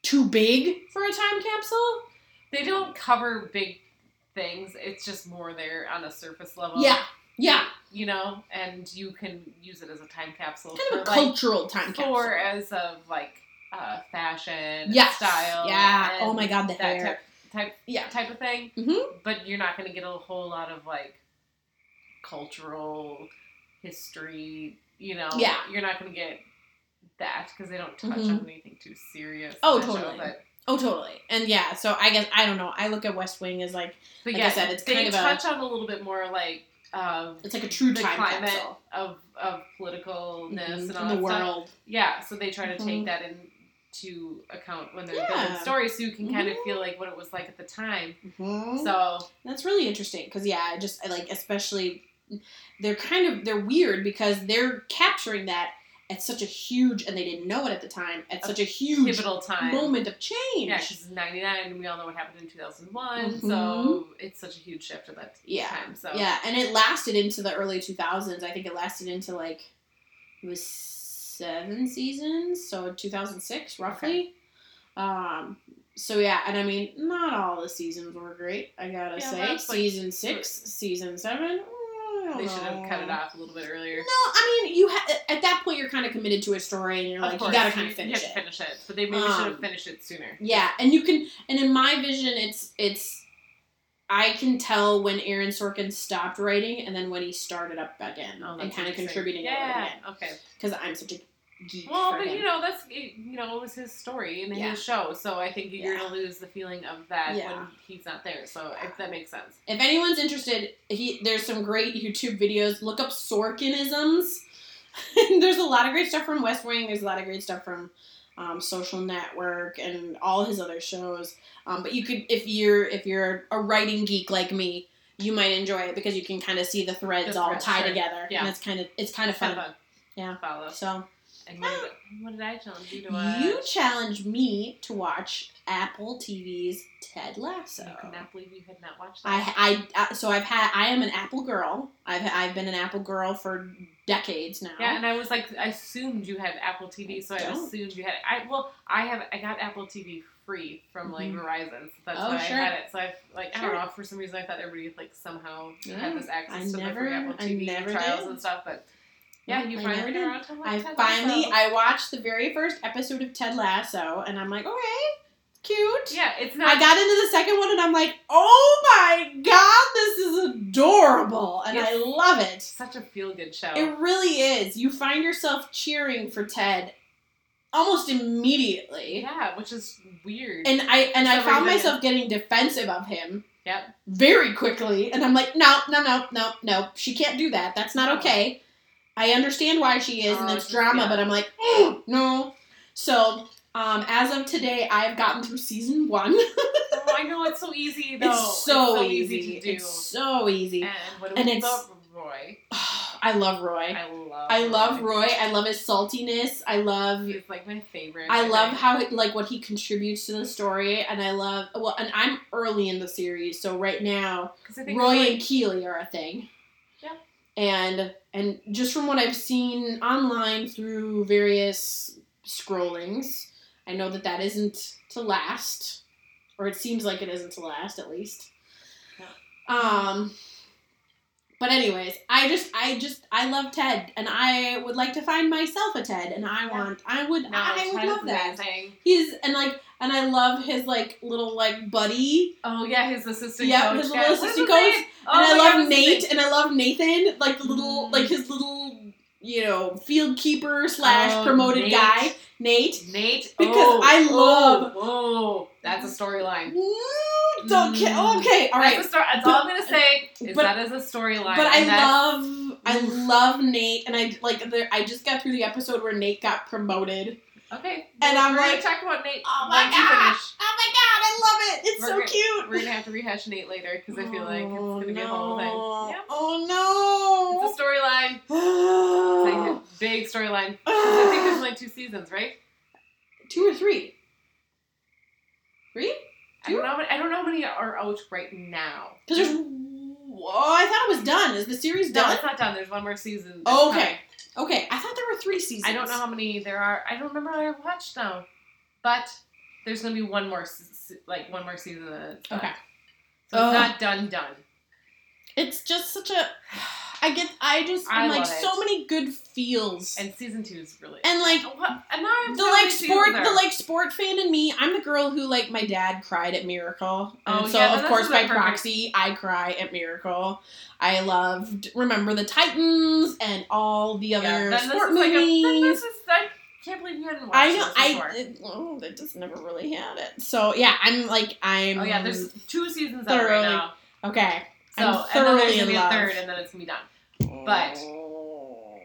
too big for a time capsule. they don't cover big things. It's just more there on a surface level. yeah, yeah, you know, and you can use it as a time capsule. kind of a for, like, cultural time capsule. Or as of like uh, fashion, and Yes. style, Yeah. and Oh my God, the that hair. type, type, Yeah. type of thing. Mhm. But you're not going to get a whole lot of like cultural history. You know, Yeah. you're not going to get that because they don't touch Mhm. on anything too serious. Oh, in that show, totally. but oh, totally. And yeah, so I guess I don't know. I look at West Wing as like but Like I yeah, said, it's they kind of a- touch on a little bit more like of it's like a true the time climate capsule of of politicalness Mhm. and all in the that stuff. world. Yeah, so they try to Mhm. take that into account when they're Yeah. Mm-hmm. building stories, so you can kind of feel like what it was like at the time. Mhm. So That's really interesting because yeah, I just I like especially they're kind of they're weird because they're capturing that at such a huge and they didn't know it at the time at A such a huge pivotal time. moment of change. Yeah, because ninety nine, and we all know what happened in two So Mhm. it's such a huge shift at that Yeah. time. So Yeah, and it lasted into the early 2000s. I think it lasted into like it was seven seasons, so 2006 roughly. Um so yeah, and I mean, not all the seasons were great. I gotta Yeah, say, that's, like, season six, season seven. mm, I don't they should have cut it know. off a little bit earlier. No, I mean you ha- at that point you're kind of committed to a story and you're Of like you course, gotta kind of you finish have it. to finish it, but they maybe should Um, have finished it sooner. Yeah, and you can, and in my vision, it's it's, I can tell when Aaron Sorkin stopped writing and then when he started up again Oh, and that's kind of interesting. contributing Yeah. it again Okay. because I'm such a geek. Well, for but him. you know that's eh, you know it was his story and Yeah. his show, so I think you're Yeah. gonna lose the feeling of that Yeah. when he's not there. So if that makes sense. if anyone's interested, he there's some great YouTube videos. Look up Sorkinisms. there's a lot of great stuff from West Wing. There's a lot of great stuff from um, Social Network and all his other shows. Um, but you could, if you're if you're a writing geek like me, you might enjoy it because you can kind of see the threads The all threads, tie sure. together. Yeah. and it's kind of it's kind of fun. Have a Yeah. Follow. So And what did, what did I tell him? You uh, know what? You challenged me to watch Apple TV's Ted Lasso. I could not believe you had not watched that. I, I uh, so I've had I am an Apple girl. I've I've been an Apple girl for decades now. yeah, and I was like, I assumed you had Apple TV, so I, don't. assumed you had. I well, I have. I got Apple TV free from like Mhm. Verizon, so that's Oh, why sure. I had it. So I've like I Sure. don't know. For some reason, I thought everybody like somehow Yeah, had this access I to the never- free Apple I TV never trials did. and stuff, but. Yeah, Nope, you I never finally got did. around to watch I Ted finally Lasso. I watched the very first episode of Ted Lasso, and I'm like, okay, cute. Yeah, it's not. I got into the second one, and I'm like, oh my god, this is adorable, and I Yes. love it. such a feel good show. It really is. You find yourself cheering for Ted almost immediately. yeah, which is weird. And I and I For some found reason. myself getting defensive of him yep. very quickly and I'm like, no, no, no, no, no. She can't do that. That's not okay. I understand why she is and Oh, it's drama, yeah. but I'm like, no. So um, as of today, I've gotten through season one. Oh, I know it's so easy though. it's so, easy. to do. It's so easy. and what do and we it's- love, Roy? I love Roy. I love. I love Roy. I love his saltiness. I love He's like my favorite. I love think. how like what he contributes to the story, and I love well, and I'm early in the series, so right now 'Cause I think Roy Roy- and Keely are a thing. Yeah. And and just from what I've seen online through various scrollings, I know that that isn't to last, or it seems like it isn't to last at least. Yeah. Um. But anyways, I just I just I love Ted, and I would like to find myself a Ted, and I Yeah. want I would No, I would Ted is love that. amazing. He's and like and I love his like little like buddy. Oh yeah, his assistant Yeah, coach. his guy. little What assistant is his coach. name? Oh, and I my God, love what's his Nate name? and I love Nathan, like the little Mm. like his little you know field keeper slash Oh, promoted Nate. guy Nate. Nate. Because oh, I love- Oh, whoa, that's a storyline. Ooh, Don't ki- Mm. okay, all right. That's, a story, that's all I'm gonna say. Is But- that is a storyline. But I and that's- love I love Nate, and I like there, I just got through the episode where Nate got promoted. Okay. And well, I'm we're like, gonna talk about Nate. oh my once you God. finish. Oh my god, I love it! It's We're so gonna- cute. We're gonna have to rehash Nate later because I feel like it's Oh, gonna be a whole thing. no. Yeah. Oh It's a storyline. It's like no! a big storyline. I think there's Ah. only two seasons, right? Two or three? Three? I don't know. How many, I don't know how many are out right now. Because there's. Oh, I thought it was done. Is the series no, done? it's not done. There's one more season. that's Oh, okay. coming. Okay. I thought there were three seasons. I don't know how many there are. I don't remember how I watched now, but there's gonna be one more, se- se- like one more season. Of it. Okay. Oh. So it's Ugh. not done. Done. It's just such a. I get. I just. I I'm like love it. so many good feels. And, And season two is really. like. what? And now I'm The so like many seasons sport, there. the like sport fan in me. I'm the girl who like my dad cried at Miracle, and Oh, so yeah, of that's course the by perfect- proxy, I cry at Miracle. I loved Remember the Titans and all the other then this sport is like a- movies. then this is, I can't believe you hadn't watched I know. this before. I it, oh, they just never really had it. So yeah, I'm like I'm. oh yeah, there's two seasons out thoroughly- right now. okay. So I'm and then thoroughly there's gonna in be a love. third, and then it's gonna be done. But-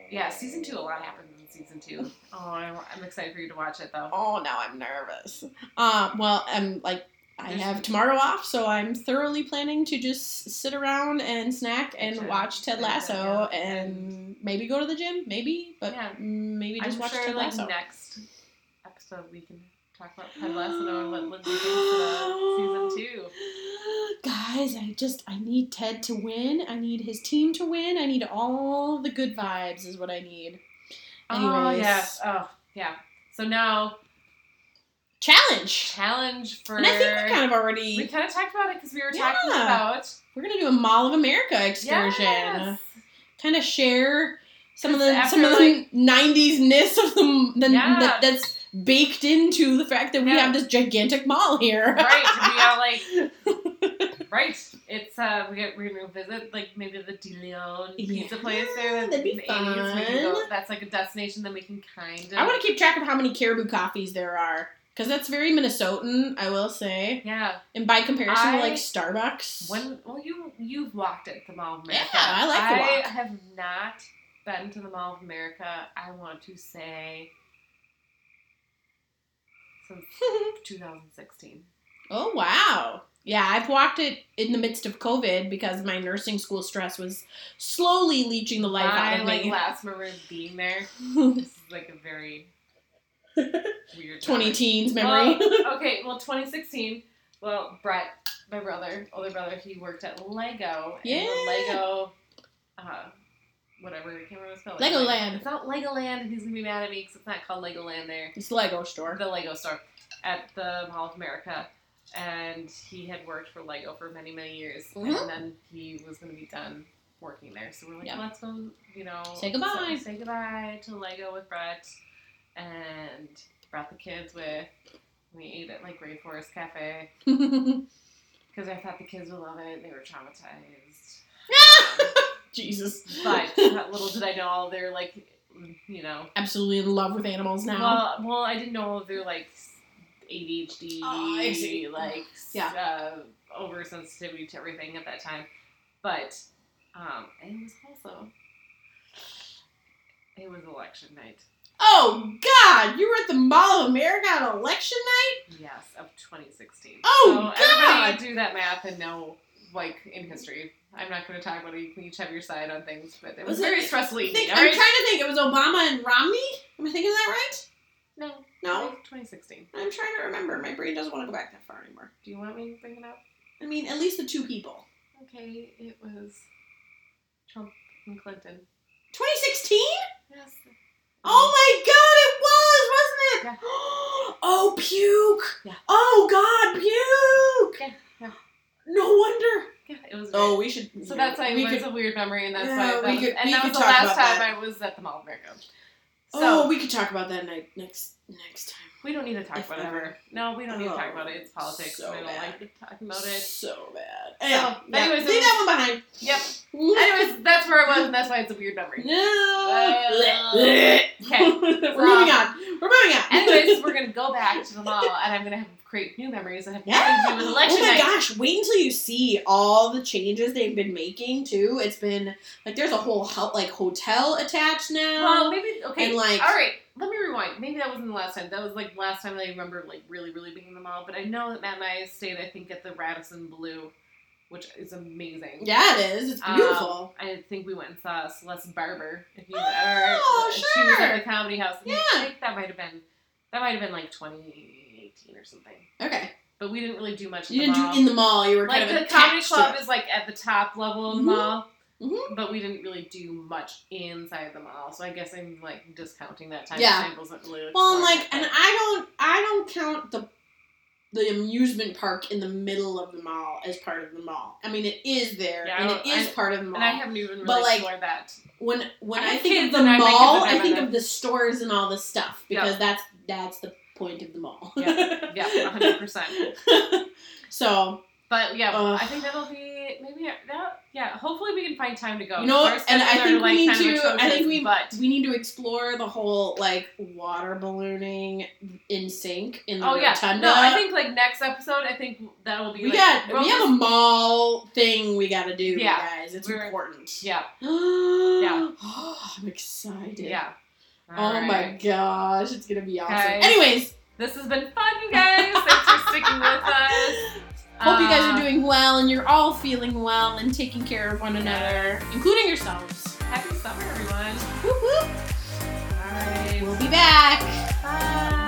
Yeah, season two, a lot happens in season two. Oh, I'm, I'm excited for you to watch it though. Oh, now I'm nervous. Uh, well, I'm like I There's- have tomorrow off, so I'm thoroughly planning to just sit around and snack and Gotcha. watch Ted And, uh, Lasso yeah, and maybe go to the gym, maybe, but Yeah. maybe just I'm watch sure Ted like Lasso. next episode we can talk about Ted Lasso and what Lindsay thinks about season two. Guys, I just I need Ted to win. I need his team to win. I need all the good vibes is what I need. Oh Anyways. yeah. Oh yeah. So now Challenge. challenge for. And I think we kind of already we kind of talked about it because we were Yeah. talking about we're gonna do a Mall of America excursion. Yes. Kind of share some of the Just after, some of the like- '90s ness of the, the Yeah. that, that's baked into the fact that we Yeah. have this gigantic mall here. right. We are like, right. It's uh, we got, we're gonna visit like maybe the De Leon pizza Yeah, place there. that'd be in the 80s. We fun. can go, that's like a destination that we can kind of. I want to keep track of how many Caribou coffees there are because that's very Minnesotan, I will say. Yeah. And by comparison to I- like Starbucks, When well, you you've walked at the Mall of Yeah, America. I like the I walk. have not been to the Mall of America. I want to say since 2016. oh wow, Yeah, I've walked it in the midst of COVID because my nursing school stress was slowly leeching the life out I of like me. last remember being there. This is like a very weird. 20 memory. teens memory. Well, okay, well, 2016. Well, Brett, my brother, older brother, he worked at Lego. and the Yeah. Lego, uh, whatever. I can't remember what it's called. Legoland. It's not Legoland. He's gonna be mad at me because it's not called Legoland there. it's Lego store. The Lego store at the Mall of America. And he had worked for Lego for many, many years, Mhm. and then he was going to be done working there. So we're like, Yeah. let's go, you know, Say goodbye. say goodbye to Lego with Brett, and brought the kids with. We ate at like Rainforest Cafe because I thought the kids would love it. They were traumatized, Jesus. but little did I know they're like, you know, Absolutely in love with animals now. Well, well, I didn't know they're like ADHD, Oh, I see. like Yeah. uh, oversensitivity to everything at that time. But um, it was also it was election night. Oh God! You were at the Mall of America on election night. Yes, of 2016. Oh, so God! Everybody do that math and know, like in history. I'm not going to talk about it. You can each have your side on things, but it was, Was it- very stressful. I think, I'm trying to think. It was Obama and Romney. Am I thinking of that right? No, No, 2016. I'm trying to remember. My brain doesn't want to go back that far anymore. Do you want me to bring it up? I mean, at least the two people. Okay, it was Trump and Clinton. 2016. Yes. Oh my God! It was, wasn't it? Oh puke! Yeah. Oh God, puke! Yeah, yeah. No wonder. Yeah, it was. Oh, weird. we should. so that's why it we was could. a weird memory, and that's Yeah, why. That we was, could- and we that could was the talk last about time that. I was at the Mall of America. So oh, we could talk about that night next next time. we don't need to talk If about it. ever. No, we don't need to talk Oh, about it. It's politics. so and I don't bad. like talking about it. So bad. Yeah. So, yeah. anyways, it leave was- that one behind. Yep. Anyways, that's where I was, and that's why it's a weird memory. No. Uh, We're Okay. moving on. We're moving on. Anyways, we're gonna go back to the mall, and I'm gonna have create new memories that have yeah. nothing to do with election oh my night. gosh! Wait until you see all the changes they've been making too. It's been like there's a whole ho- like hotel attached now. Well, maybe okay. and, like- all right, let me rewind. Maybe that wasn't the last time. That was like the last time I remember like really, really being in the mall. But I know that Matt and I stayed, I think, at the Radisson Blue, which is amazing. yeah, it is. It's Um, beautiful. I think we went and saw Celeste Barber. If you Oh, and She was sure. at the comedy house. and Yeah. I think that might have been that might have been like 2018 or something. okay, But we didn't really do much. At you the didn't mall. do in the mall. You were like kind of the comedy attached to club it. is like at the top level of the Mhm. mall. Mhm. But we didn't really do much inside the mall, so I guess I'm like discounting that time. Yeah. I wasn't really Well, and exploring like, it, and but- I don't, I don't count the the amusement park in the middle of the mall as part of the mall. I mean, it is there Yeah, I and it don't- is I- part of the mall. and I haven't even really But, like, explored that. when when I I, have think of kids the and I- my kids mall, have I never think been. of the stores and all the stuff Yeah. because that's that's the point of the mall. Yeah. Yeah, 100. percent so But yeah, Ugh. I think that'll be maybe that. Yeah, hopefully we can find time to go. You know what? Our And I schedules are, think we like, need kind of to- I think atrocious, we- But we need to explore the whole like water ballooning in sync in the oh yeah, rotunda. no, I think like next episode, I think that'll be we like, got we'll we have a just- mall thing we got to do, you Yeah. guys. It's We're- important. yeah, yeah. I'm excited. yeah. Oh my Alright. gosh, it's gonna be awesome. Guys. Anyways, This has been fun, you guys. Thanks for sticking with us. Hope you guys Uh, are doing well and you're all feeling well and taking care of one another, including yourselves. Happy summer, everyone. Whoop whoop. All right. We'll be back. Bye.